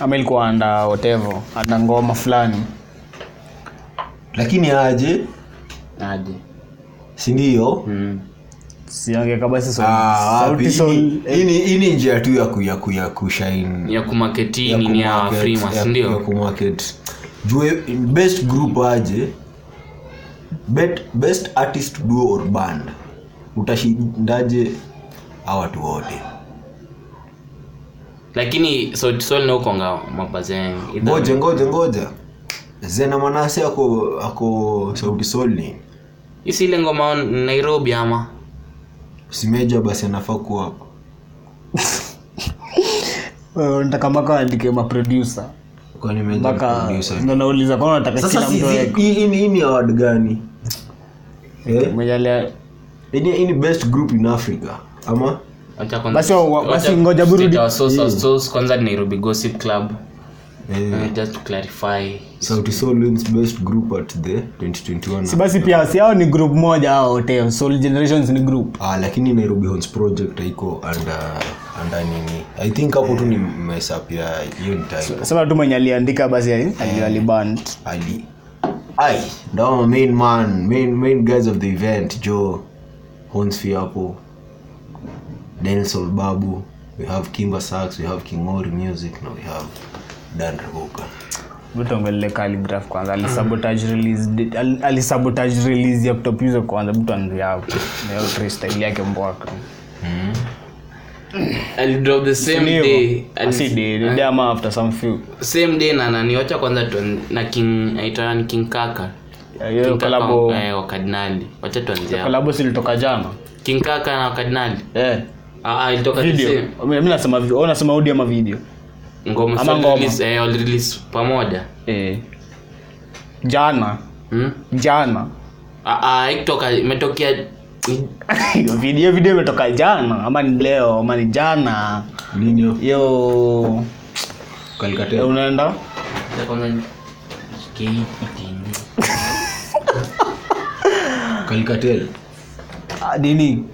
ama ilikuwa anda whatever anda ngoma fulani lakini aje aje sindio Mm. siangeka basi so- Ah, sauti wapi? sol Hii ni- hii ni- hii ni njia tu ya ku- ya ku- ya kushine ya kumaketi nini ya kumarket, ya- wafrimas ya ndio kumarket. jue best group aje bet, best artist duo or band utashindaje hawa watu wote lakini sauti sol naukonga mapazeng ngoja ngoja ngoja zena manase ako ako sauti solni isile ngoma on- nairobi ama simeja basi anafaa kuwa hapo Wewe eh, nataka mpaka andike maproducer kwani meja mpaka producer. ndo nauliza kama nataka sasa kila si- mtu si- aweke. hii- hii ni- hii ni award gani Eh? Mwenye alia- Hii ni- hii ni best group in africa ama Wacha kwanza- Basi wa- wa- wacha basi ngoja burudi. Eh. state our source of source, kwanza ni nairobi gossip club eh, Uh, just to clarify sauti sol wins best group at the 2021 si basi pia si hao ni group moja hao wote soul generations ni group Ah, lakini nairobi homes project haiko under under nini i think hapo tu ni mesapia hiyo ni typo. sasa tu mwenye aliandika basi ali- aliband ali ai ndo main man main main guys of the event joe honsfi hapo denzel babu we have kimba sax we have kingori music na we have dan rabuka vitongele calligraph kwanza Mm. alisabotage release di- al- alisabotage release ya top hizo kwanza mtu anzia hapo na hiyo freestyle yake mbwaka I'll drop the same Ah, day Ah. I'll- asididama after some few same day na nani wacha kwanza tuan- na king aitwa ni king kaka Ah, hiyo King Kaka, kolabo eh, wa kardinali wacha tuanzie hapo. kolabo silitoka jana king kaka na kardinali eh ah ah, ilitoka the video same. mi mi nasema vi- wewe unasema audio ama video ngoma Ama so ngoma. release, eh, all release pamoja eh jana hmm? jana ah ah, haikutoka imetokea hiyo video video imetoka jana ama ni leo ama ni jana ninyo hiyo kalikate eh, unaenda Wacha kwanza shikia hii kitu. kalikatel Ah, nini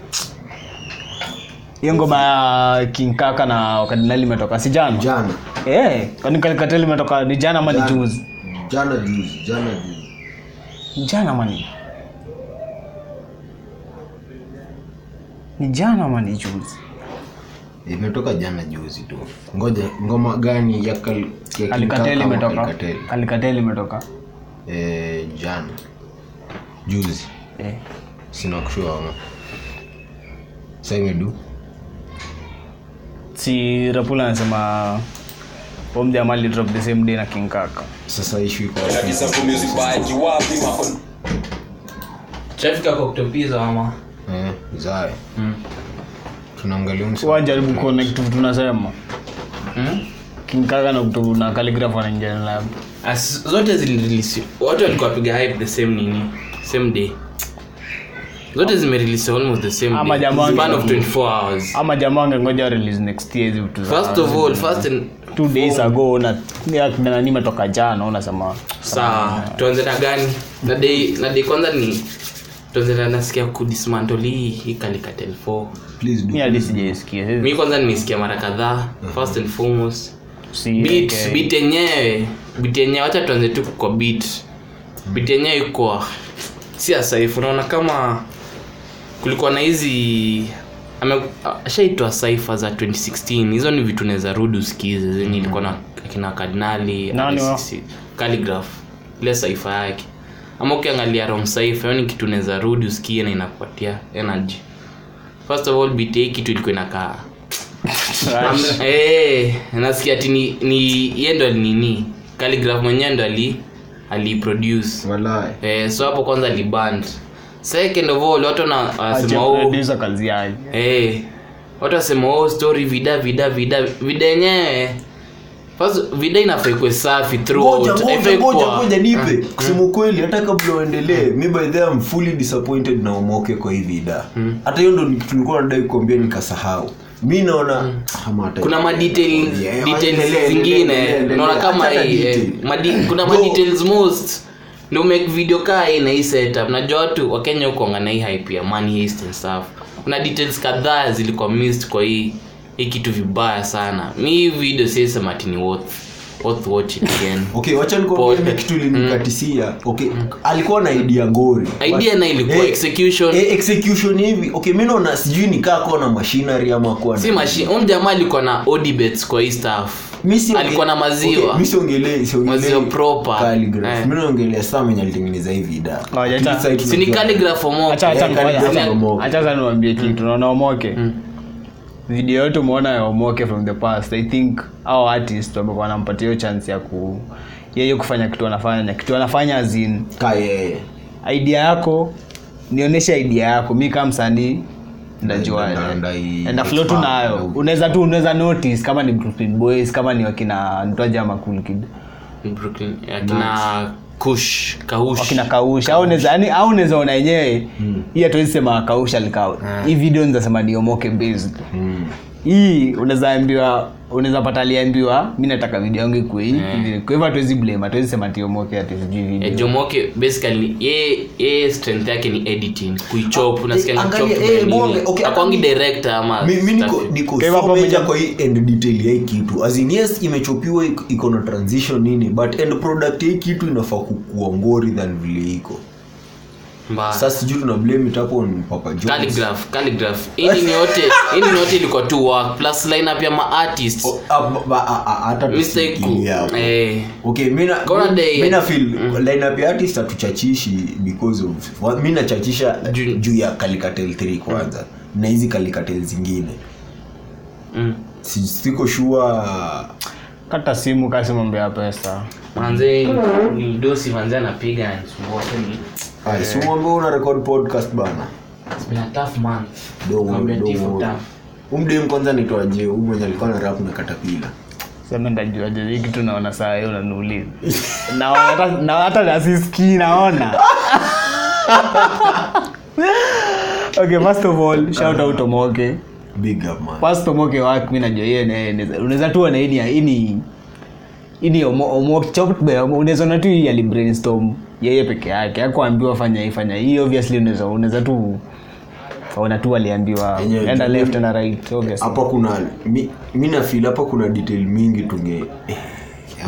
hiyo ngoma ya king kaka na wakadinali imetoka si jana jana Eh, kwani kalikateli imetoka ni jana ama ni Jana. juzi jana juzi jana juzi ni jana ama ni ni jana ama ni juzi imetoka jana juzi tu ngoja ngoma gani ya kal ya King kalikateli Kaka ama imetoka Kalikatel? kalikateli imetoka eh, jana juzi Eh. sina kushua ama saimedu si rapula anasema omdi amali drop the same day na king kaka sasa ishu iko Na wapi? deserve music by Jiwapi, mako- traffic ako kutopiza ama eh, zae Mm. tunaangalia msi- wajaribu connect vitu tunasema hmm? king kaka na kutu na kaligraf wanaingiana lab As, zote zilirelease watu walikuwa wapiga hype the same nini same day zote zimerelease almost the same Ama day. jamaa- span of 24 hours ama jamaa angengoja release next year hizi vitu za- first of all first and two days ago na ya kina nani imetoka jana unasema saa tuanze na gani na day na day kwanza ni tuanze na nasikia kudismantle hii hii kalikatel 4 Please do. mi hadi sijaisikia mimi kwanza nimesikia mara kadhaa first and foremost Si- eh, beat okay. beat yenyewe beat yenyewe wacha tuanze tu kwa beat beat yenyewe iko si asaifu naona kama kulikuwa na hizi ame- ashaitwa saifa za 2016 hizo ni vitu naweza rudi usikize zenye ilikuwa na akina kardinali Nani wao? RCC, calligraph ile saifa yake ama ukiangalia rom saifa yani kitu naweza rudi usikie na inakupatia energy first of all beat hii kitu ilikuwa inakaa Am- eh, nasikia ati ni, ni yeye ndo nini calligraph mwenyewe ndo ali aliproduce Walai. eh, so hapo kwanza aliband second of all watu na wanasema oh, Ajaproducer kazi yake eh, watu wasema oh, story vida vida vida vida yenyewe First, vida inafaa ikuwe safi throughout. Ngoja, ngoja, Haifai ngoja, kuwa- ngoja, nipe Eh, kusema ukweli hata kabla uendelee Hmm. mi by the way, I'm fully disappointed na umoke kwa hii vida Hmm. hata hiyo ndo ni- tulikuwa nadai kuambia nikasahau mi naona Ah, Ama hata- Hmm. Eh, kuna madetail Yeah, endelea, details eh, endelea, zingine endelea, unaona kama acha na hii eh, detail. madi- kuna No. madetails most ndio make video kaa hii na hii setup najua watu wakenya hukonga na hii hype ya money heist and stuff kuna details kadhaa zilikuwa missed kwa hii hii kitu vibaya sana mi hii video siisema ati ni worth worth watching again okay wacha Pod- nikuambia kitu linikatisia okay alikuwa na idea ngori Hmm. Idea na ilikuwa Eh, execution. eh, execution hivi okay mi naona sijui nikaa kuwa na machinery ama kuwa na- si mashi huyu jamaa alikuwa na odibets kwa hii staff Mi sionge- alikuwa na maziwa okay, mi siongelei- siongelei Maziwa proper. calligraph. Eh. mi naongelea saa mwenye alitengeneza hii vida Ngoja, acha- si ni calligraph or more. Yaani- Acha- acha Yeah, ngoja, calligraph acha- na Omoke. Mm. acha sasa niwaambie kitu naona omoke video yote umeona ya omoke from the past i think au artist wamekuwa wanampatia hiyo chance ya ku yeye kufanya kitu anafanya kitu anafanya azin ka yeye idea yako nionyeshe idea yako mi kama Na- msanii na- na- i- ndajuaendaflo tu expand. nayo unaweza tu unaweza notice kama ni Brooklyn boys kama ni wakina ntaja makulkid brooklyn eh, akina kush Oh, kaush wakina kausha au unaweza yani au unaweza ona yenyewe hii hatuwezi sema kausha alikaa hii video nizasema ni omoke based Mm. hii unaweza ambiwa unaweza pata aliambiwa mi nataka video yangu ikuwe hii hivi." kwa hivyo hatuwezi blame hatuwezi sema ti omoke ati sijui Eh, video jomoke basically yeye yeye strength yake ni editing kuichop unasikia ni angalia, chop eh, bonge, okay, akwangi angalia. director ama Mi- mi niko- staff. niko Kwa hivyo so hapo major mja- kwa hii end detail ya hii kitu As in, yes imechopiwa iko- iko na transition nini but end product ya hii kitu inafaa kukuwa ngori than vile iko Mbaya. sasa sijui tuna blame it upon papa Jones. Calligraph, calligraph. Hii ni yote, hii ni yote ilikuwa tu work plus lineup ya ma artists. O- ah, ba- ba- ah, ah, hata Mr. Iku. tusikilie hapo. Eh. okay mina- Gonna day- mina feel lineup ya artist hatuchachishi because of wa- mi nachachisha Juu- juu ya kalikatel 3 kwanza na hizi kalikatel zingine Mm. Si- siko Ah, shua kata simu kasi mambo ya pesa Manze ni dosi manze anapiga anisumbua kweli. Eh. simwambia una record podcast bana It's been a tough month. Don't worry, Nakwambia don't tifu worry. tough. umdem kwanza nitoaje huu mwenye alikuwa na rap na katapila sema ndajuaje hii kitu naona saa hiyo unaniuliza naona hata- na hata nasisikii naona okay first of all shout out omoke big up man first omoke wak mi najua hiyo naye inaweza- unaweza tu ona ini ini ini Omo- Omo- chopped by Omo- unaweza ona tu hii ali brainstorm yeye peke yake akuambiwa fanya hii fanya hii obviously unaweza unaweza tu ona tu aliambiwa Yenyewe enda tu- left enda right obviously hapa kuna mi, mi nafil hapa kuna detail mingi tunge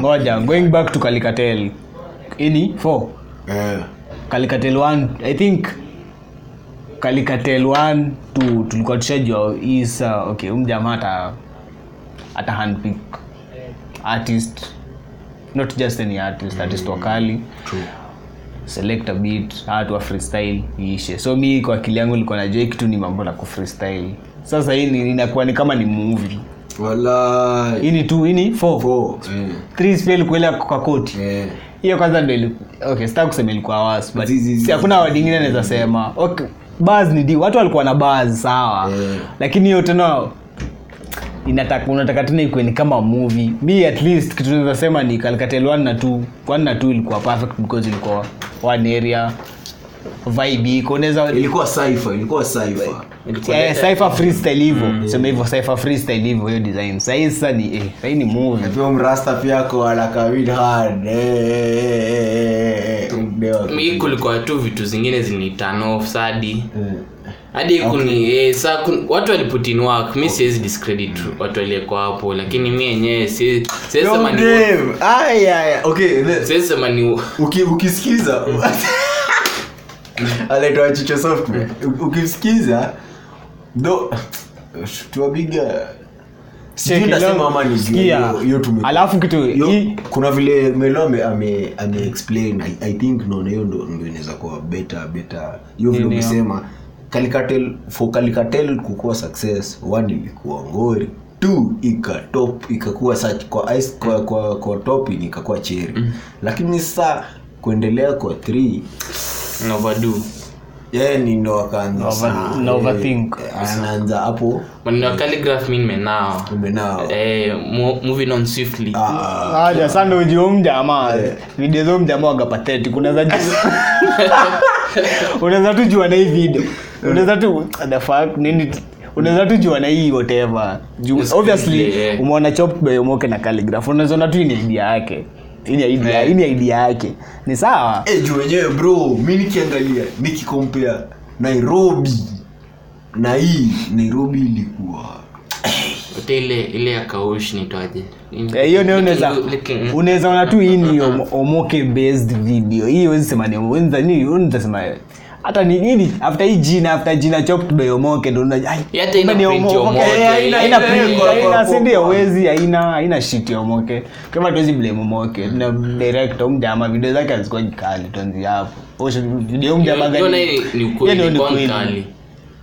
ngoja going back to kalikatel ini four eh, kalikatel 1 i think kalikatel 1 tu tulikuwa tushajua isa okay umjamaa ata ata handpick artist not just any artist artist wakali true. select a beat hatu wa freestyle iishe so mi kwa akili yangu nilikuwa najua hii kitu ni mambo la kufreestyle sasa hii ni- inakuwa ni kama ni movie wala hii ni tu hii ni 4 Four, eh, 3 spell kuelea kwa koti eh. hiyo kwanza ndo ilikuwa- okay sitaki kusema ilikuwa was but Zi- zi- zi- si hakuna word ingine naweza sema okay buzz ni di watu walikuwa na buzz sawa Yeah. lakini hiyo tena inataka unataka tena ikuwe ni kama movie mi at least kitu naweza sema ni kalkatel 1 na 2 1 na 2 ilikuwa perfect because ilikuwa one area vibe iko unaweza ilikuwa cypher, ilikuwa cypher. eh, cypher freestyle hivyo Mm. sema hivyo cypher freestyle hivyo hiyo design sahii sasa ni eh, sahii ni movie Na pia mrasta pia ako anakawin hard Eh, eh, eh, eh, eh, mdeo ako- Mi kulikuwa tu vitu zingine zinitanov sadi Eh. hadi kuni eh, saa kun- watu waliputin work mi siwezi discredit watu waliekwa hapo lakini mi yenyewe si- siwezi Yo, sema ni- mdeo. Ai, ai, ai. Okay, the- siwezi sema ni uki- ukisikiza Mm. anaitwa chicho software U- ukimsikiza do tuwapiga sijui Cheki nasema langu, ama ni juu, sikia. hiyo- hiyo tume- alafu kitu Yo, hii- kuna vile melome ame, ame explain I, i think naona hiyo ndo ndo inaweza kuwa beta beta hiyo vile Nini, umesema kalikatel for kalikatel kukuwa success one ilikuwa ngori two ikatop ikakuwa such kwa ice kwa kwa, kwa topping ikakuwa cherry lakini sasa kuendelea kwa three novadu yeye ni ndo akaanza Over- sana. na Eh, overthink. anaanza hapo maneno ya calligraph mi nimenao umenao eh, mo- moving on swiftly Mm. ah, aja sando ujiu mjamaa video zo mjamaa waga pathetic unaweza ju- unaweza tu jua na hii video unaweza tu the fuck nini t- unaweza tu jua na hii whatever Juu- Yes, obviously yeah. umeona chopped by Omoke na calligraph unaweza ona tu hii ni idea yake hii ni idea hii ni idea yake ni sawa Eh, juu wenyewe bro mi nikiangalia nikikompea nairobi na hii nairobi ilikuwa hata ile ile ya kaush nitwaje Nini? Eh, hiyo ndio unaweza Looking- looking- unaweza ona tu hii ni Om- omoke based video hii wezi sema ni wezi ni wezi sema hata ni nini after hii jina after jina chopped by omoke ndo una ai, Yeah, hata ina kumbe ni print Omoke. ya Omoke. Eh, haina- haina Eh, print, kwa- haina, kwa- si kwa- ndio kwa- wezi haina haina shit ya omoke kama tuwezi blame omoke na director mjama video zake hazikuwa kali tuanzi hapo Osho, video mjama Hiyo- hiyo gani nayo ni- ni ukweli, Hiyo ndio ilikuwa mkali.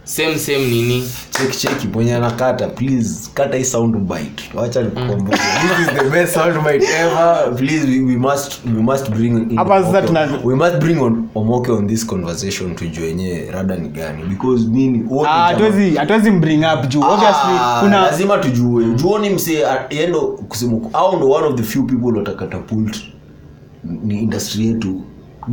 same same nini cheki cheki mwenye anakata please kata hii sound bite wacha Mm. nikukumbuke this is the best sound bite ever please we, we must we must bring in Hapa sasa Omoke. tuna- we must bring on omoke on this conversation tujue yenyewe rada ni gani because nini wote Ah, jamaa- hatuwezi hatuwezi mbring up juu obviously Ah, kuna lazima tujue juoni msee a- yendo kusema au ndo one of the few people watakatapult ni industry yetu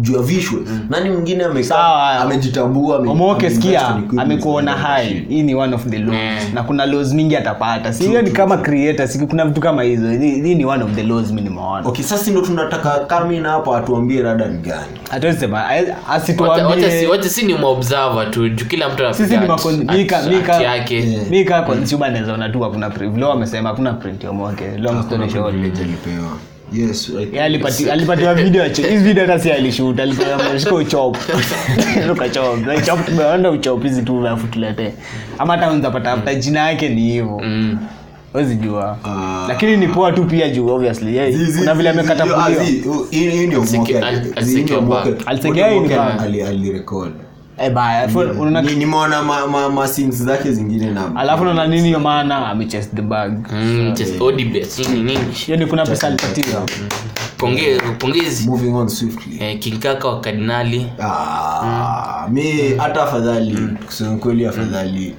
juu ya vishwe nani mwingine amekaa, Mm. Sawa. amejitambua ame- omoke ameinvest skia on equipment amekuona na hai machine. hii ni one of the laws Mm. na kuna laws mingi atapata si hiyo ni kama creator si kuna vitu kama hizo hii hii ni one of the laws mi nimeona okay sasa ndo tunataka kamina hapa atuambie rada ni gani hatuwezi sema Wacha- wacha si- asituambie wacha si ni maobserver tu juu kila mtu Sisi ni makon- mika- mika- yake Yeah. mi kaa consumer naweza ona tu hakuna print law amesema hakuna print omoke long story short alipewa yes I- Yeye alipati- alipatiwa video ya chop. Hizi video hata si alishoot, alipatiwa ameshika uchop. Ukachop. Na chop tumeona uchop hizi tu alafu tuletee. Ama hata unaweza pata hata jina yake ni hivyo. Mm. Huwezi jua. Ah. Lakini ni poa tu pia juu obviously. Yeye Zi- zi- kuna vile zi- amekata zi- ah, kulia. zi- hii- hii ndio Aliseke- Omoke- al- zi- aliseke ndio Omoke- back. Aliseke wote in Omoke back. ali- alirecord. Eh baya. for- unaona Ni- nimeona ma- ma- ma scenes zake zingine na alafu unaona nini yo maana amechest the bag. Mm, just all the best. Nini, nini. Hiyo ni kuna pesa alipatiwa. Ponge- pongezi moving on swiftly Eh, King kaka wa kardinali Ah, mi hata afadhali kusema kweli afadhali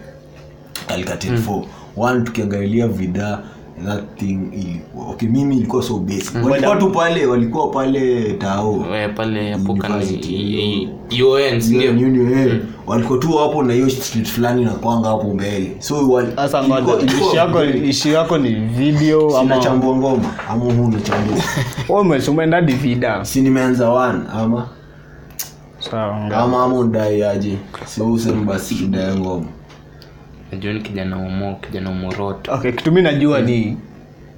kalikatin Mm. 4 one tukiangalia vida that thing ilikuwa okay mimi ilikuwa so basic Mm. walikuwa tu pale walikuwa pale tao eh, pale hapo kando- University. i- i- UN, eh, si ndio? Union, eh, Mm. walikuwa tu hapo na hiyo street fulani na kwanga hapo mbele so wali- Sasa ilikuwa- ngoja ilikuwa issue yako mbele. issue yako ni video ama sinachambua ngoma ama huu unachambua wewe umesoma ndadi vida. si nimeanza one ama Sawa. ama ama undai aje so useme basi udae ngoma Najua ni kijana umo kijana umoroto okay kitu mi Mm. najua ni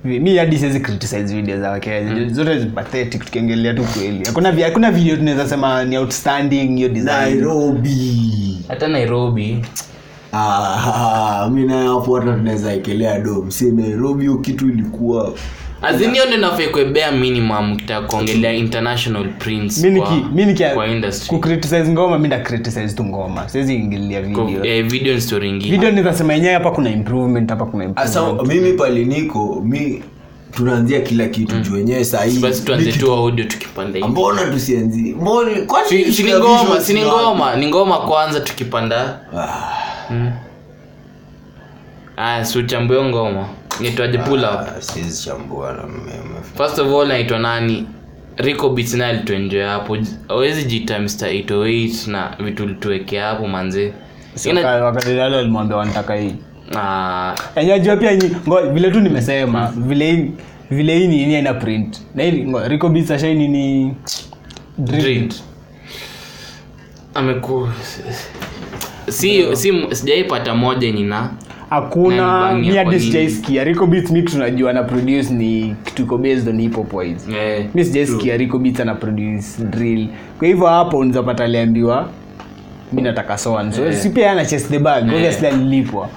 vi- mi hadi siwezi criticize video za Mm. wakenya zote ni pathetic tukiongelea tu kweli hakuna vi- hakuna video tunaweza sema ni outstanding hiyo design nairobi hata nairobi Ah, mi nayo hapo hata tunaweza ekelea dom si nairobi hiyo kitu ilikuwa azinio ndo nafaikwebea minimum kitaka kuongelea international prince mi kwa, niki mi nikia kwa industry ku criticize ngoma mi nda criticize tu ngoma siwezi ingilia Kwa- video eh, video ni story ingine video naweza sema yenyewe hapa kuna improvement hapa kuna Ah, Asa, improvement mimi paliniko mi tunaanzia kila kitu juu wenyewe sahii basi tuanze tu audio tukipanda hivi. mbona tusianzie Mbona- kwani Si- si ni tusianzie ngoma shows si ni na- ngoma ni ngoma kwanza tukipanda Hmm. Ah, aya si uchambue hiyo ngoma nitwaje pull up ah, siwezi chambua na mmeme. first of all naitwa nani rico beats naye alituenjoy hapo awezi jiita mr 808 na vitu lituwekea hapo manzi Ina- wakati lalo alimwambia wanataka hii Ah, enyeajua pia nyi ngo vile tu nimesema Mm. vile hii- vile hii ni ini aina print na hii ngo rikobisashaini ni Drilled. Ameku- si si- sijaipata moja yenye na hakuna Nani bani ya miadi kwa nini? sijaisikia rico beats mi tunajua na produce ni kitu iko based on hip hop wise eh, mi sijaisikia rico beats ana produce drill kwa hivyo hapo unaweza pata aliambiwa mi nataka so and Eh. so si pia ana chase the bag obviously alilipwa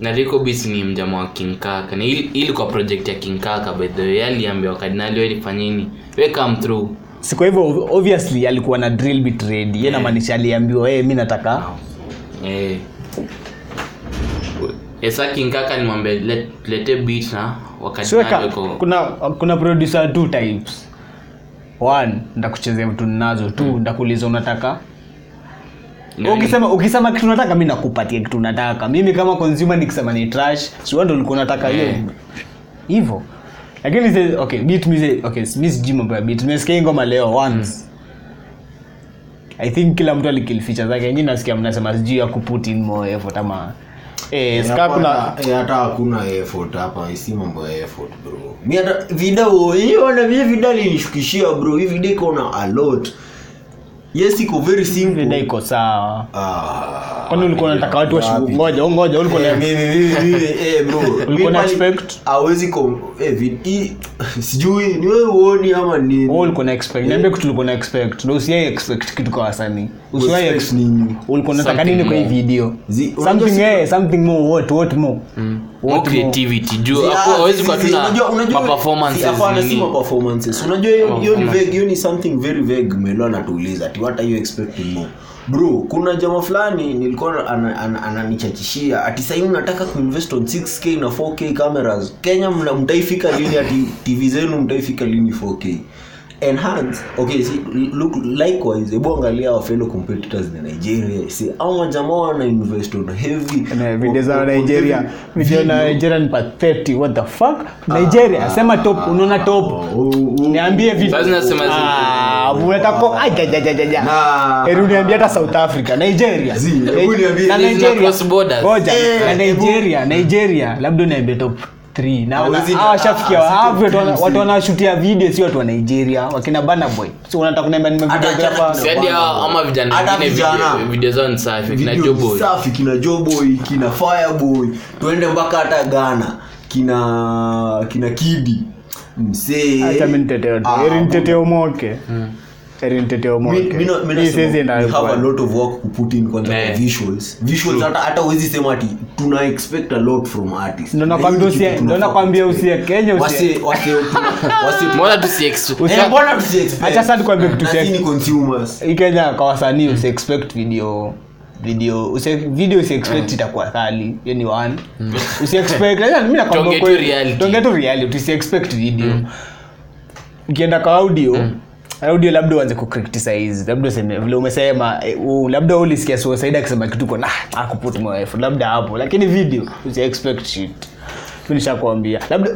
na rico Beats ni mjama wa kinkaka na ili ili kwa project ya kinkaka by the way aliambiwa kardinali welifanyini we come through si kwa hivyo obviously alikuwa na drill bit ready yeye namaanisha aliambiwa hey, mi nataka Eh. Esa kinkaka nimwambia "Let- lete beat na wakati siweka nayo iko- kuna kuna producer two types one ndakuchezea vitu ninazo tu ndakuuliza unataka Nani? ukisema ukisema kitu nataka mi nakupatia kitu nataka mimi kama consumer nikisema ni trash siwa ndo ulikuwa unataka hiyo Eh. hivyo lakini ze- okay beat music okay mi sijui mambo ya beat nimesikia hii ngoma leo once i think kila mtu alikil feature zake nyinyi nasikia mnasema sijui ya kuput in more effort ama eh sika kuna Eh, hata hakuna effort hapa isi mambo ya effort bro mi hata video hiyo na vile video linishukishia bro hii video iko na a lot yes iko very vida simple iko sawa ah kwani ulikuwa unataka watu washu ngoja ngoja ulikuwa Eh, na mi- mi- mi- mi- mi- eh, bro, mi na pali- expect? hawezi kom- eh, vi- hii- sijui ni wewe uoni ama nini wewe ulikuwa na expect niambia kitu ulikuwa na expect na usiwahi expect kitu kwa wasanii usiwahi Expect expect nini? ulikuwa unataka Something nini kwa hii more. video Zi- unajua something si- Mm. eh something more what what more What more? creativity juu Yeah, hapo hawezi si- kuwa si- tuna unajua- unajua- si, hapana, maperformances si nini Oh, maperformances. unajua hiyo hiyo ni Performance. vague, hiyo ni something very vague melo anatuuliza ati what are you expecting more bro kuna jama fulani nilikuwa ana- ana- ananichachishia ati sahii mnataka kuinvest on 6k na 4k cameras kenya mna- mtaifika lini ati tv zenu mtaifika lini 4k enhance okay see, look likewise hebu angalia our fellow competitors in nigeria see au majamaa wana invest on heavy Na video on- za on nigeria heavy video na video. Ah. nigeria ni pathetic what the fuck nigeria sema top unaona top Oh, niambie vitu Lazima nasema zile. Ah, unataka ko- ai, ja, ja, ja, ja, ja. Na- Hebu niambie hata south africa nigeria Zi, Na- hebu niambie. na Hizi zina Nigeria. cross borders. Ngoja, Eh, na hebu- nigeria nigeria labda niambie top three. Na wana- Hawezi- hawa washafikia ah, ah, hawa si top watu wana- three, watu si- wanashutia video si watu wa nigeria wakina bana boy so unataka kuniambia nimevideographer? Si hadi hao- ama vijana Hata wengine vijana. video- video zao ni safi kina Video jobo safi kina joboy kina fireboy tuende mpaka hata ghana kina kina kidi msee Acha mimi nitetee wote. Ah, Heri nitetee Omoke. Heri nitetee Omoke. mi- mi na- mi Hii nasema, siwezi enda we have a kwa- lot of work kuput in kwanza kwa Eh. visuals visuals hata hata huwezi sema ati tuna expect a lot from artists Ndio Na hiyo nakwambia ni kitu usie- tunafaa ndio nakwambia kuexpect. usie Kenya, usie- Wase- wase- tuna- wase- mbona tu si ex- Usi- Eh, mbona tusi expect? Acha sasa nikwambie kitu Na cha- si ni consumers hii kenya kwa wasanii usi expect video video usi, video usi expect itakuwa kali hiyo ni one usi expect yani mimi nakwambia Tuongee tu ukweli. reality. tuongee tu reality usi expect video ukienda kwa audio audio labda uanze kucriticize labda useme vile umesema eh, u- labda wewe ulisikia suicide akisema kitu uko nah, akuput my wife labda hapo lakini video usi expect shit tu nishakwambia labda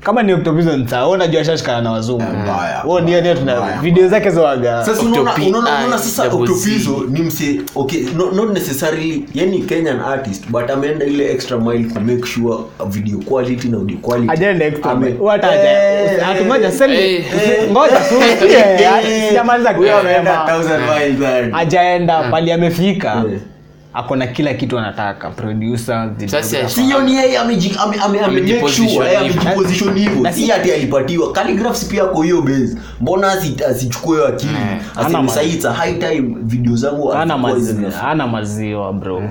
kama ni octopizon saa wewe unajua shashikana na wazungu Mbaya. wewe ndio ndio tuna Mbaya. video zake zawaga sasa unaona Ah, Octopi- unaona- unaona ah, sasa double Z. octopizo ni mse okay no, not necessarily yani kenyan artist but ameenda ile extra mile ku make sure video quality na audio quality ajenda Ame- Eh, atumoja eh, eh. ngoja tu eh, Yeah, eh, sijamaliza huyo ameenda kusema. 1000 miles and- ajaenda pali amefika Eh. ako na kila kitu anataka producer Sasa videographer. Si hiyo ni yeye ameji- ame- ame- ame- make Amejiposition sure, eh, hivyo. amejiposition hivyo Na si- si ati alipatiwa calligraphs pia kwa hiyo base mbona asi- asichukue akili Eh, Hana aseme maana. sahii it's a high time video zangu Hana hazikuwa mazi- zinafaa." hana maziwa bro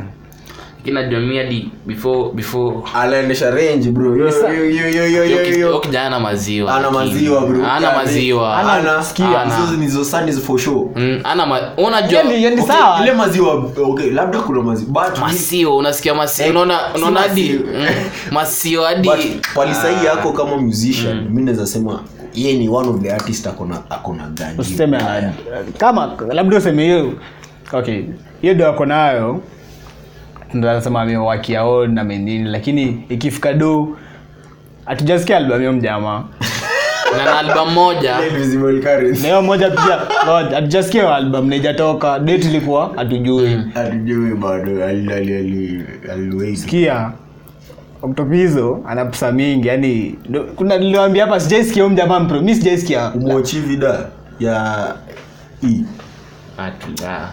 kina jamii hadi before before anaendesha range bro Yo, Yes, yo, yo, yo, yo, yo, yo. Yo kijana ana maziwa ana lakini. maziwa bro Yaani, ana ana, maziwa ana, Sikia. ana. Hizo ni hizo sani for sure Mm, ana ma- unajua Yaani- yaani Okay, sawa ile maziwa okay labda kuna maziwa but masio unasikia masio Eh, unaona si unaona hadi masio. mm, masio hadi but Ah. palisai yako kama musician Mm. mi naweza sema yeye ni one of the artist akona akona ganji usiseme ana- kama labda useme hiyo okay hiyo ndio ako nayo tunasema amewakia on na menini lakini ikifika do hatujasikia albamu hiyo mjamaa na na album moja Invisible currents. na hiyo moja pia ngoja, hatujasikia hiyo album na haijatoka date ilikuwa hatujui Mm. hatujui bado ali- ali- ali- aliwezi. kia oktopizo ana pesa mingi yani kuna niliwaambia hapa sijaisikia huyo mjamaa mpro mi sijaisikia Umuochi vida ya E. Atula.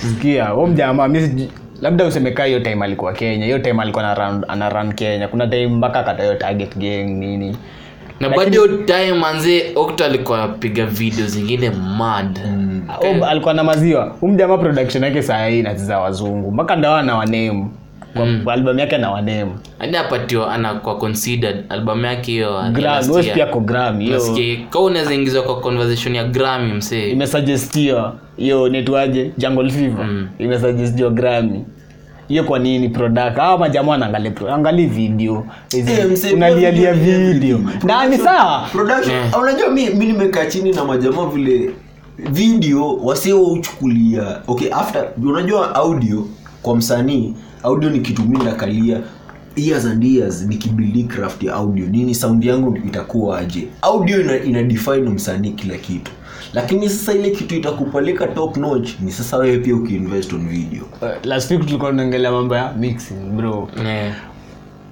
sikia huyo mjamaa mi sij- labda usemekaa hiyo time alikuwa kenya hiyo time alikuwa ana run, ana run kenya kuna time mpaka akatayo target gang nini na bado time manze okto alikuwa apiga video zingine mad Mm. Huyo Ah, alikuwa na maziwa huyo mjamaa production yake saa hii inacheza wazungu mpaka ndawa na wanemu kwa Mm. albamu yake na wanemu hadi apatiwa anakuwa considered album yake hiyo Grammy, wewe sikia kwa Grammy, hiyo- ka unaweza ingizwa kwa conversation ya grami msee imesugestiwa hiyo netwaje jungle fever Mm. imesugestiwa grami hiyo kwa nini product hawa majamaa anaangalia pro- angalia video Hizi- Eh, msee, unalialia video, video na ni sawa Production- Yeah. Ah, unajua mi, mi nimekaa chini na majamaa vile video wasiwauchukulia okay after unajua audio kwa msanii audio ni kitu mi ndakalia years and years nikibuild craft ya audio nini sound yangu itakuwa aje audio ina, ina define msanii kila kitu lakini sasa ile kitu itakupeleka top notch ni sasa wewe pia ukiinvest on video Uh, last week tulikuwa tunaongelea mambo ya mixing bro Eh,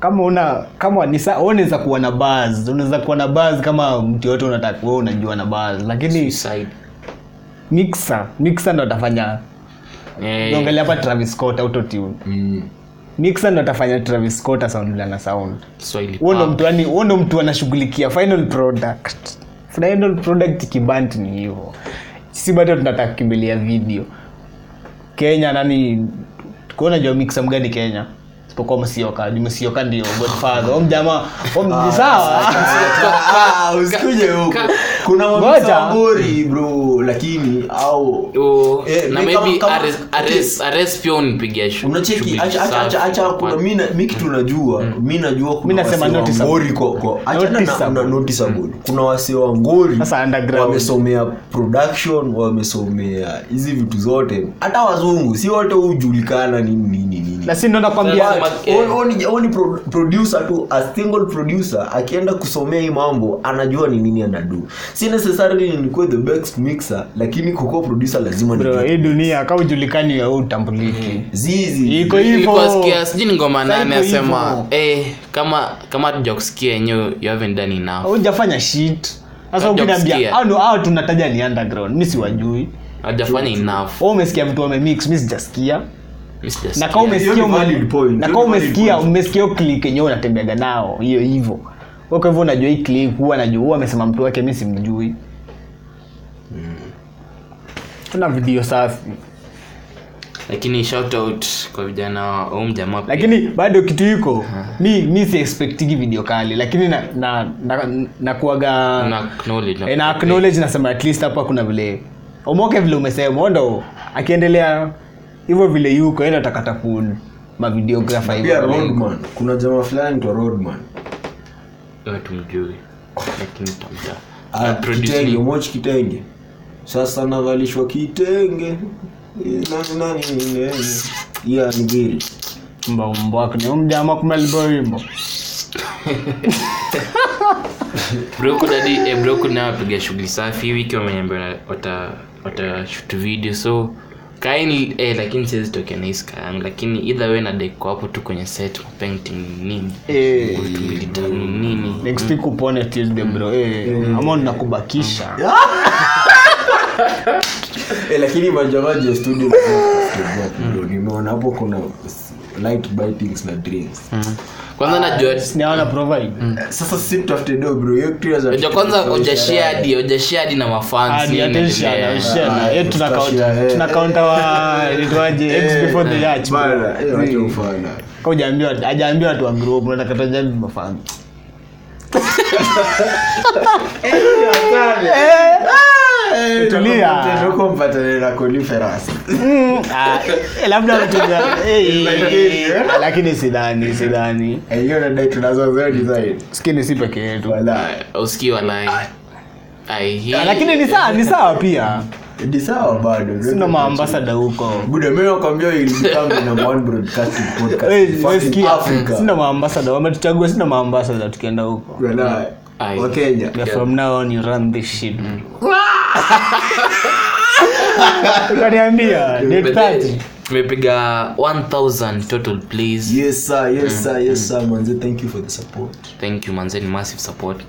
kama una kama ni sawa wewe unaweza kuwa na buzz unaweza kuwa na buzz kama mtu yote unataka wewe unajua na buzz lakini mixer mixer ndo atafanya Eh, naongelea hapa Travis Scott autotune mm. mixer ndo atafanya Travis Scott asound na sound huo ndo kiswahili mtu yani huo ndo mtu anashughulikia final product final product kibanti ni hivyo si bado tunataka kukimbilia video kenya nani kuona jua mixer mgani kenya isipokuwa msioka juu msioka ndio godfather Huyo mjamaa huyo mj- sawa Ah, usikuje huko ka- kuna Ngoja. maburi bro lakini au Oh, Eh, na mi kama- maybe kama- arrest- arrest- arrest pia unipigia shu- unacheki shughuli acha- acha- safi. acha- acha kuna mi na- mi kitu najua Mm. mi najua Mi kuna nasema wasee wa noticeable. ngori kwa- kwa- acha na- na- Noticeable. na Mm. noticeable. kuna wasee wa ngori Sasa underground. wamesomea production wamesomea hizi vitu zote hata wazungu si wote hujulikana nini nini nini na si ndo nakwambia Sasa- But, huo- huo ni- huo ni pro- producer tu a single producer akienda kusomea hii mambo anajua ni nini anadu si necessarily nikuwe the best mixer lakini kukuwa producer lazima ni bro kitu. hii dunia kaa ujulikani au utambuliki zizi iko Nilikuwa hivyo sikia, sijui ni ngoma Sasa nani iko asema hivyo. eh, kama kama tujakusikia yenyewe you haven't done enough hujafanya shit sasa Hujamsikia. ukiniambia hao ndio- hao tunataja ni underground mi siwajui hajafanya enough Wewe umesikia vitu wamemix mi sijasikia Mimi sijasikia. na kama hiyo umesikia ni ume- valid point, na hiyo kama ni valid umesikia point. umesikia hiyo click yenyewe unatembeaga nao hiyo hivyo Wewe kwa hivyo unajua hii click huwa najua huwa amesema mtu wake mi simjui tuna video safi lakini shout out kwa vijana wa huu mjamaa pia. lakini bado kitu iko mi, mi siexpectigi video kali lakini na, na, na, na kuaga Na acknowledge, na- Eh, na acknowledge nasema at least hapa kuna vile omoke vile umesema ndo akiendelea hivyo vile yuko yeye ndo atakata ku mavideografa pia roadman kuna jamaa fulani twa roadman Wewe tumjui. Eh, Lakini tutamta. Ah, Na produce kitenge ni- mochi kitenge sasa navalishwa kitenge Eh, nani nani nini iya nigiri mjama kumalibawimbo Broku dadi eh, Broku naye apiga shughuli safi hii wiki wameniambia wata wata shoot video so kaini eh, lakini siwezi tokea na hisi kaya yangu lakini either way na deko hapo tu kwenye set painting ni nini Eh. Kutumilita ni nini next week upone tuesday bro Mm. eh, ama ninakubakisha eh, lakini majamaji ya studio bro, nimeona hapo kuna light bitings na drinks kwanza najua sinaona provide sasa si tutafute do bro hiyo kitu ya za- Unajua kwanza hujashare hadi hujashare hadi na mafans Hadi nini attention, inaendelea. attention. Ah, Eh, tuna count- tutashia, eh. tuna counter wa itwaje eggs before the hatch bro. Bana, eh, wacha ufana. Kama hujaambiwa hajaambiwa watu wa group unataka tujaambi mafani Eh, Tulia. Mm, nakumpata- ah, nakumpata na coniferous. eh, labda mtenda- eh, Lakini, eh. lakini sidhani sidhani Eh, hiyo nadai tunazo zero design. skini si peke yetu Wala, usikii walai eh, Ai, hii- Ah, lakini ni sawa ni sawa pia ni sawa bado sina maambasada huko buda mi nakwambia it'll become the number one broadcasting podcast Eh, in fucking sikia, Africa. sina maambasada wametuchagua sina maambasada tukienda huko Wala, Ai. wakenya Yeah, from now on you run this shit ukaniambia date But 30 then, tumepiga 1000 total please yes sir yes sir yes sir manze thank you for the support thank you manzeni massive support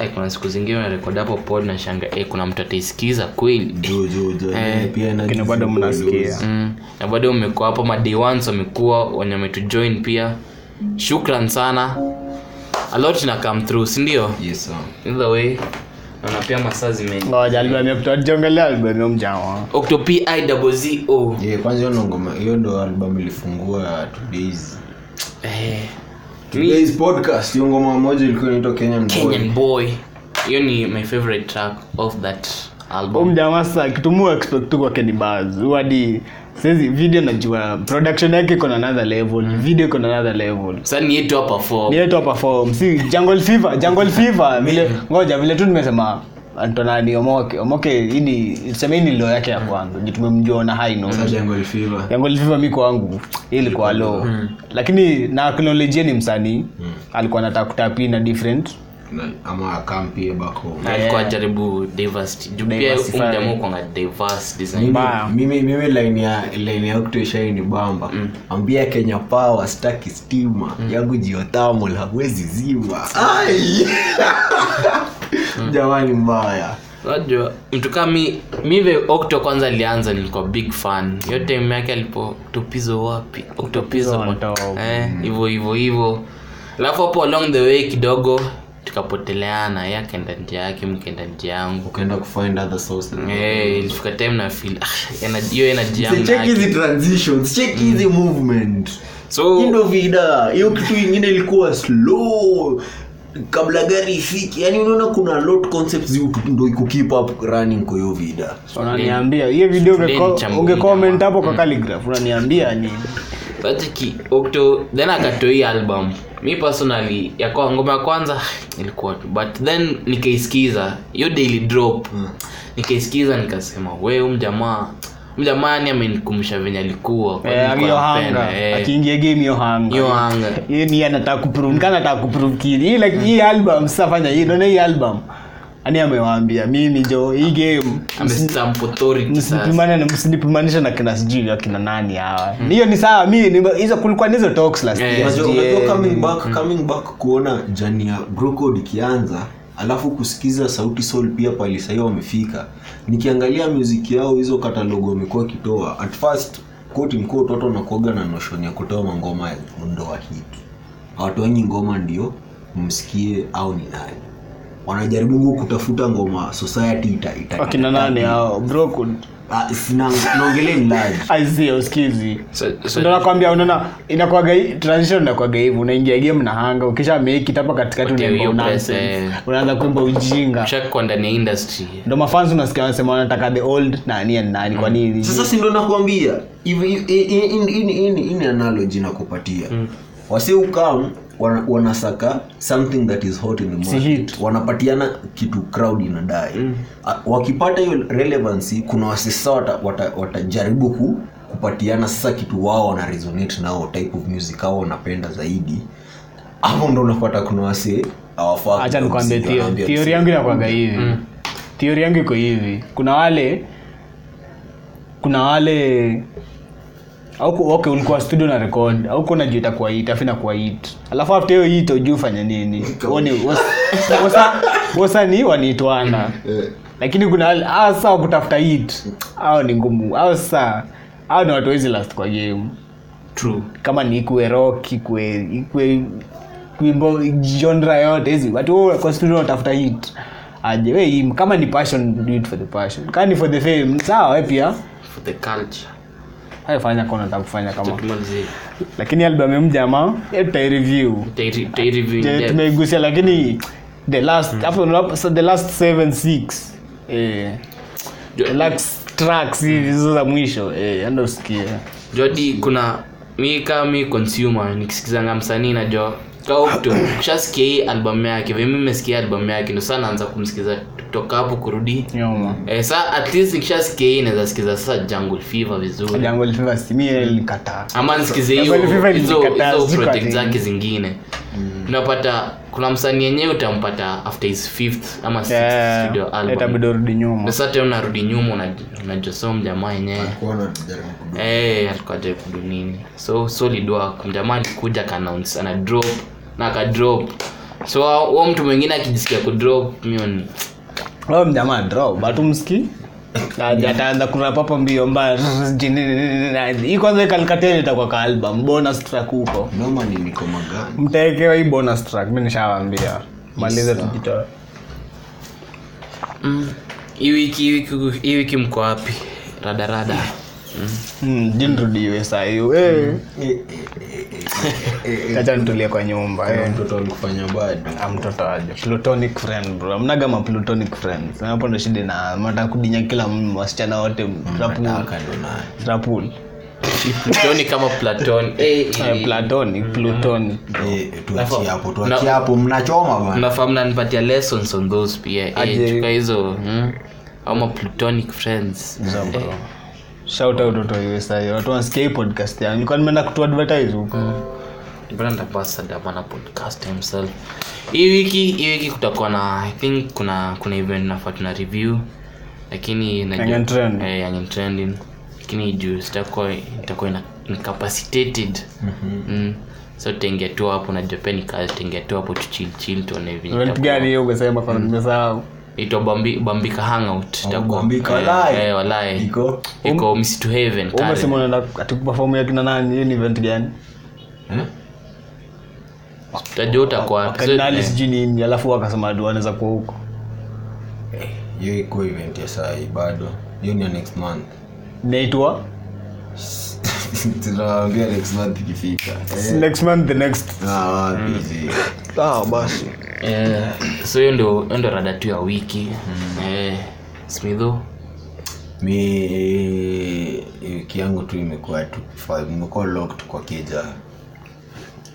Eh, kuna siku zingine narekodi hapo pod na shanga eh, kuna mtu ataisikiza kweli jo jo jo pia na Eh, lakini bado mnasikia mm. na bado mmekuwa hapo maday ones wamekuwa wenye wametujoin pia shukran sana a lot na come through sindio yes sir either way naona pia masaa zime ngoja album ya kutoa jongelea album ya mjamaa octopi iwzo yeah kwanza hiyo ndo ngoma hiyo ndo album ilifungua today's eh, today's podcast hiyo ngoma moja ilikuwa inaitwa Kenyan Boy kenyan boy hiyo ni my favorite track of that Huyu album mjamaa sasa kitumua expect tu kwake ni buzz Huyu hadi saizi video najua production yake iko na another level video iko na another level sasa ni yetu hapa for ni yetu hapa form si jungle fever jungle fever vile ngoja vile tu nimesema antonani omoke omoke hii ni sema hii ni low yake ya kwanza juu tumemjua na high note Mm. Jungle Fever yangu liviva mi kwangu hii ilikuwa low Mm. lakini na acknowledge ni msanii alikuwa anataka kutapi na different Na- ama akampie back home Na alikuwa ajaribu diversity juu pia Diversify. umjamaa kwanga diverse design Mbaya. mimi mimi line ya line ya kutoshai ni bamba Mm. ambia kenya power staki stima yangu geothermal hawezi zima Ai! Mm. jamani mbaya unajua mtu kama mi mive okto kwanza alianza nilikuwa big fan hiyo time yake alipo tupizo wapi oktopizo Octopizo on top. eh hivyo hivyo hivyo alafu hapo along the way kidogo tukapoteleana ye akaenda njia yake mkaenda njia yangu ukaenda kufind other sources Eh, ilifika time na feel ah, ener- hiyo energy yangu check na- hizi transitions check hizi Mm. movement So- Hii ndo vida hiyo kitu ingine ilikuwa slow kabla gari ifiki yani unaona kuna lot concepts zi utu- ndo iku keep up running kwa hiyo vida unaniambia hiyo video Today ungeko- ni chambua Mm. ungecomment jamaa. hapo kwa calligraph unaniambia ni Sasa ki okto then akatoa hii album mi personally ya kwa ngoma ya kwanza ilikuwa tu but then nikaisikiza hiyo daily drop nikaisikiza nikasema we umjamaa mjamaani amenikumbusha venye alikuwa kwa eh, nilikuwa hiyo napenda, hanga eh. akiingia game hiyo hanga Hiyo hanga. Yeye ni anataka kuprove kana anataka kuprove kid hii like hii album sasa fanya hii naona hii album ani amewaambia mimi jo hii game msi- Amestamp authority sasa. msinipimane na- msinipimanishe na kina sijui akina nani hawa hiyo ni sawa mi ni- hizo kulikuwa nizo talks last Hmm. Eh. year, Unajua- sijui, eh. unajua coming back coming back kuona jani ya brocod ikianza alafu kusikiza sauti sol pia palisahii wamefika nikiangalia muziki yao hizo katalogo wamekuwa wakitoa at first koti mkuu watu wanakuoga na noshoni ya kutoa mangoma ya ndoa hiti hawatoanyi ngoma ndio msikie au ni nani wanajaribu ngu kutafuta ngoma society ita, ita, akina nani hao broken Ah, sina- naongelea ni large aizia usikizi So- so- ndo nakwambia unaona inakuwaga hii- transition inakuwaga hivi unaingia game na hanga ukisha make it hapa katikati Utie unaimba hiyo nonsense. press, eh. unaanza kuimba ujinga Ushakuwa ndani ya industry eh, ndo mafans unasikia wanasema wanataka the old nani and nani kwa nini Mm. sasa si ndo nakwambia ini analogy nakupatia mm. wase ukam wana- wanasaka something that is hot in the Si market hit. wanapatiana kitu crowd inadai mm. wakipata hiyo relevancy kuna wase sasa wata- wata- watajaribu ku kupatiana sasa kitu wao wana resonate nao type of music ao wanapenda zaidi hapo ndo unapata kuna wase hawafaa hacha nikwambie kusikia, wanaambia theory msee. yangu inakwanga hivi theory yangu iko hivi kuna wale kuna wale au ku- okay, ulikuwa studio na record au kuna juu itakuwait afu inakuwait alafu after hiyo hit ujui ufanye nini Woni- wasa- wasa- wasanii waniitwana lakini kuna wale hao sasa wakutafuta hit au ni ngumu au sasa au ni watu wezi last kwa game True. kama ni ikue rock ikue ikue kuimbo genre yote hizi watu wao kwa studio watafuta hit aje we im kama ni passion do it for the passion kama ni for the fame sawa we pia For the culture. hayo fanya kwa unataka kufanya kama Tutumalizie. lakini album ya mjamaa eh, tutai-review. Tutai- tutai review in Je, depth. tumeigusia lakini the last hapo unapo- so the last 7 6 eh the last tracks hizi hizo za mwisho eh ndio usikie jodi kuna mi kama mi consumer nikisikizanga msanii najua kaupto kushasikia hii albamu yake vimi mesikia albamu yake ndo saa naanza kumsikiza kutoka hapo kurudi nyoma eh, saa at least nikishasikia hii naweza sikiza sasa jungle fever vizuri Jungle Fever si mie nilikataa. ama nisikize hiyo Jungle Fever hizo nilikataa, hizo sijui kwa project nini. Mm. zake zingine unapata kuna msanii yenyewe utampata after his fifth ama sixth Yeah, studio itabidi album urudi nyuma sasa tena unarudi nyuma unaj- unajosom jamaa yenyewe Walikuwa wanajaribu kudu- Eh, alikuwa jaribu nini so solid work mjamaa alikuja akaannounce ana drop na akadrop so huo mtu mwingine akijisikia kudrop mioni Wewe Oh, mjamaa draw batu mski ataanza kurapapa mbio mbaya hii kwanza ikalikateni itakuwa ka album bonus track huko noma ni niko magani mtaekewa hii bonus track mi nishawaambia malize tujitoe mm, hii wiki hii wiki- hii wiki mko wapi radarada Mm, jinrudiwe sahiu Eh, Eh, acha nitulie kwa nyumba eh. mtoto alikufanya bado Ah, mtoto aje plutonic friend bro mnaga ma plutonic friends hapo ndo shida na mnataka kudinya kila m- wasichana wote m- nataka ndo naye rapul platoni kama platoni eh, Eh, eh, platonic plutonic Eh, tuachie Alafu- hapo na- tuachie hapo mnachoma bana mnafahamu nanipatia lessons on those pia Aje. eh, chuka hizo mm, ama platonic friends Example. shout out watu wa USA watu wanasikia hii podcast yangu nilikuwa nimeenda kutu advertise huko brand ambassador mana podcast himself hii wiki hii wiki kutakuwa na i think kuna kuna event nafaa tuna review lakini najua- Young and Trending. eh, young and trending lakini juu sitakuwa itakuwa ina- incapacitated mm. so tutaingia tu hapo najua pia ni kazi tutaingia tu hapo tu chill chill tuone vile event itakuwa. gani hiyo ukasema kwa nimesahau Itwa Bambi- bambika hangout itakuwa Bambika, eh, walai. eh, walai. Iko? iko msitu heaven Karen. umesema unaenda ati kuperform ya kina nani hiyo ni event gani utajua utakuwa wapi. So, wakardinali eh, sijui nini alafu wakasema tu anaweza kuwa huko hiyo iko event ya sahi bado hiyo ni ya next month naitwa tunawaambia next month ikifika Eh, next month the next ah, wapi zi. ah basi eh, so hiyo ndio hiyo ndio rada tu ya wiki Mm. eh, smitho mi eh, wiki yangu tu imekuwa tu imekuwa locked kwa kija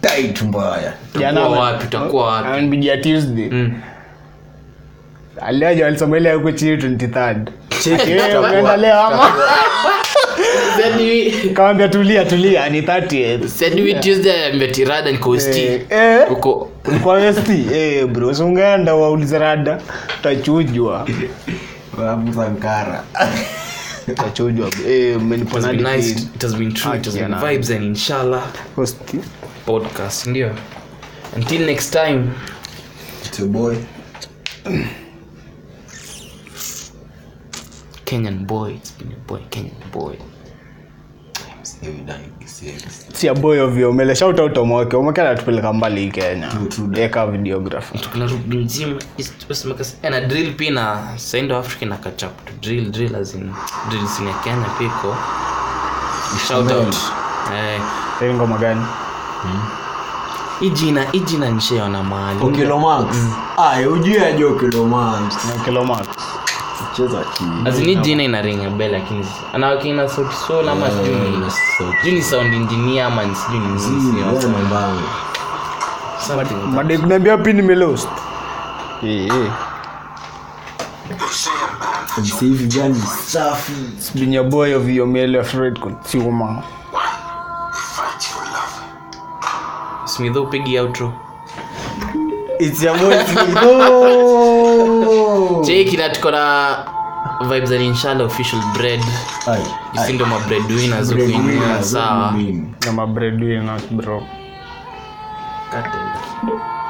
tight mbaya utakuwa wapi utakuwa wapi anbijia Ah, tuesday Mm. aliaja alisema ile huko chini 23rd Cheki, Eh, tutakuwa- umeenda leo ama Said we- kawambia tulia tulia ni 30th said we Tuesday I'm at Irada and Coasty. Eh, eh. Uko- ulikuwa westi eh bro si ungeenda waulize rada utachujwa Babu Sankara. utachujwa eh It has been mmeniponadi nice, it has been true, it has been Haki ya vibes and inshallah hosti podcast ndio until next time It's your boy. kenyan boy it's been a boy kenyan boy Save it and save it. si aboyo vyo umeleshautotomoke umeke anatupeleka mbali kenya true that. eka videographer kuna rudi mzima is- usemeka sa- eh, na drill pia na saindo africa na kachap to drill drill as in drill zine kenya piko shout out eh sai ngoma gani ijina ijina nishaona mahali okilomax aya Mm. ujue aje okilomax kiloma cheza chini As in, hii jina inaringa bell lakini anawakina sauti sol ama sijui ni- sijui ni sound engineer ama ni sijui ni nini, sijui Mm, Wewe wasema mambangu. something. madai kuniambia pini nimelost Eh, eh. MC hivi gani safi sibinya boyo viomele fred consumer Smith, upigi outro it's your boy Smigo. jeki na tuko na vibes za inshallah official bread Ai, ai, isindo mabread winners huku break India, winner, sawa break winner. na mabredwina bro Cut it.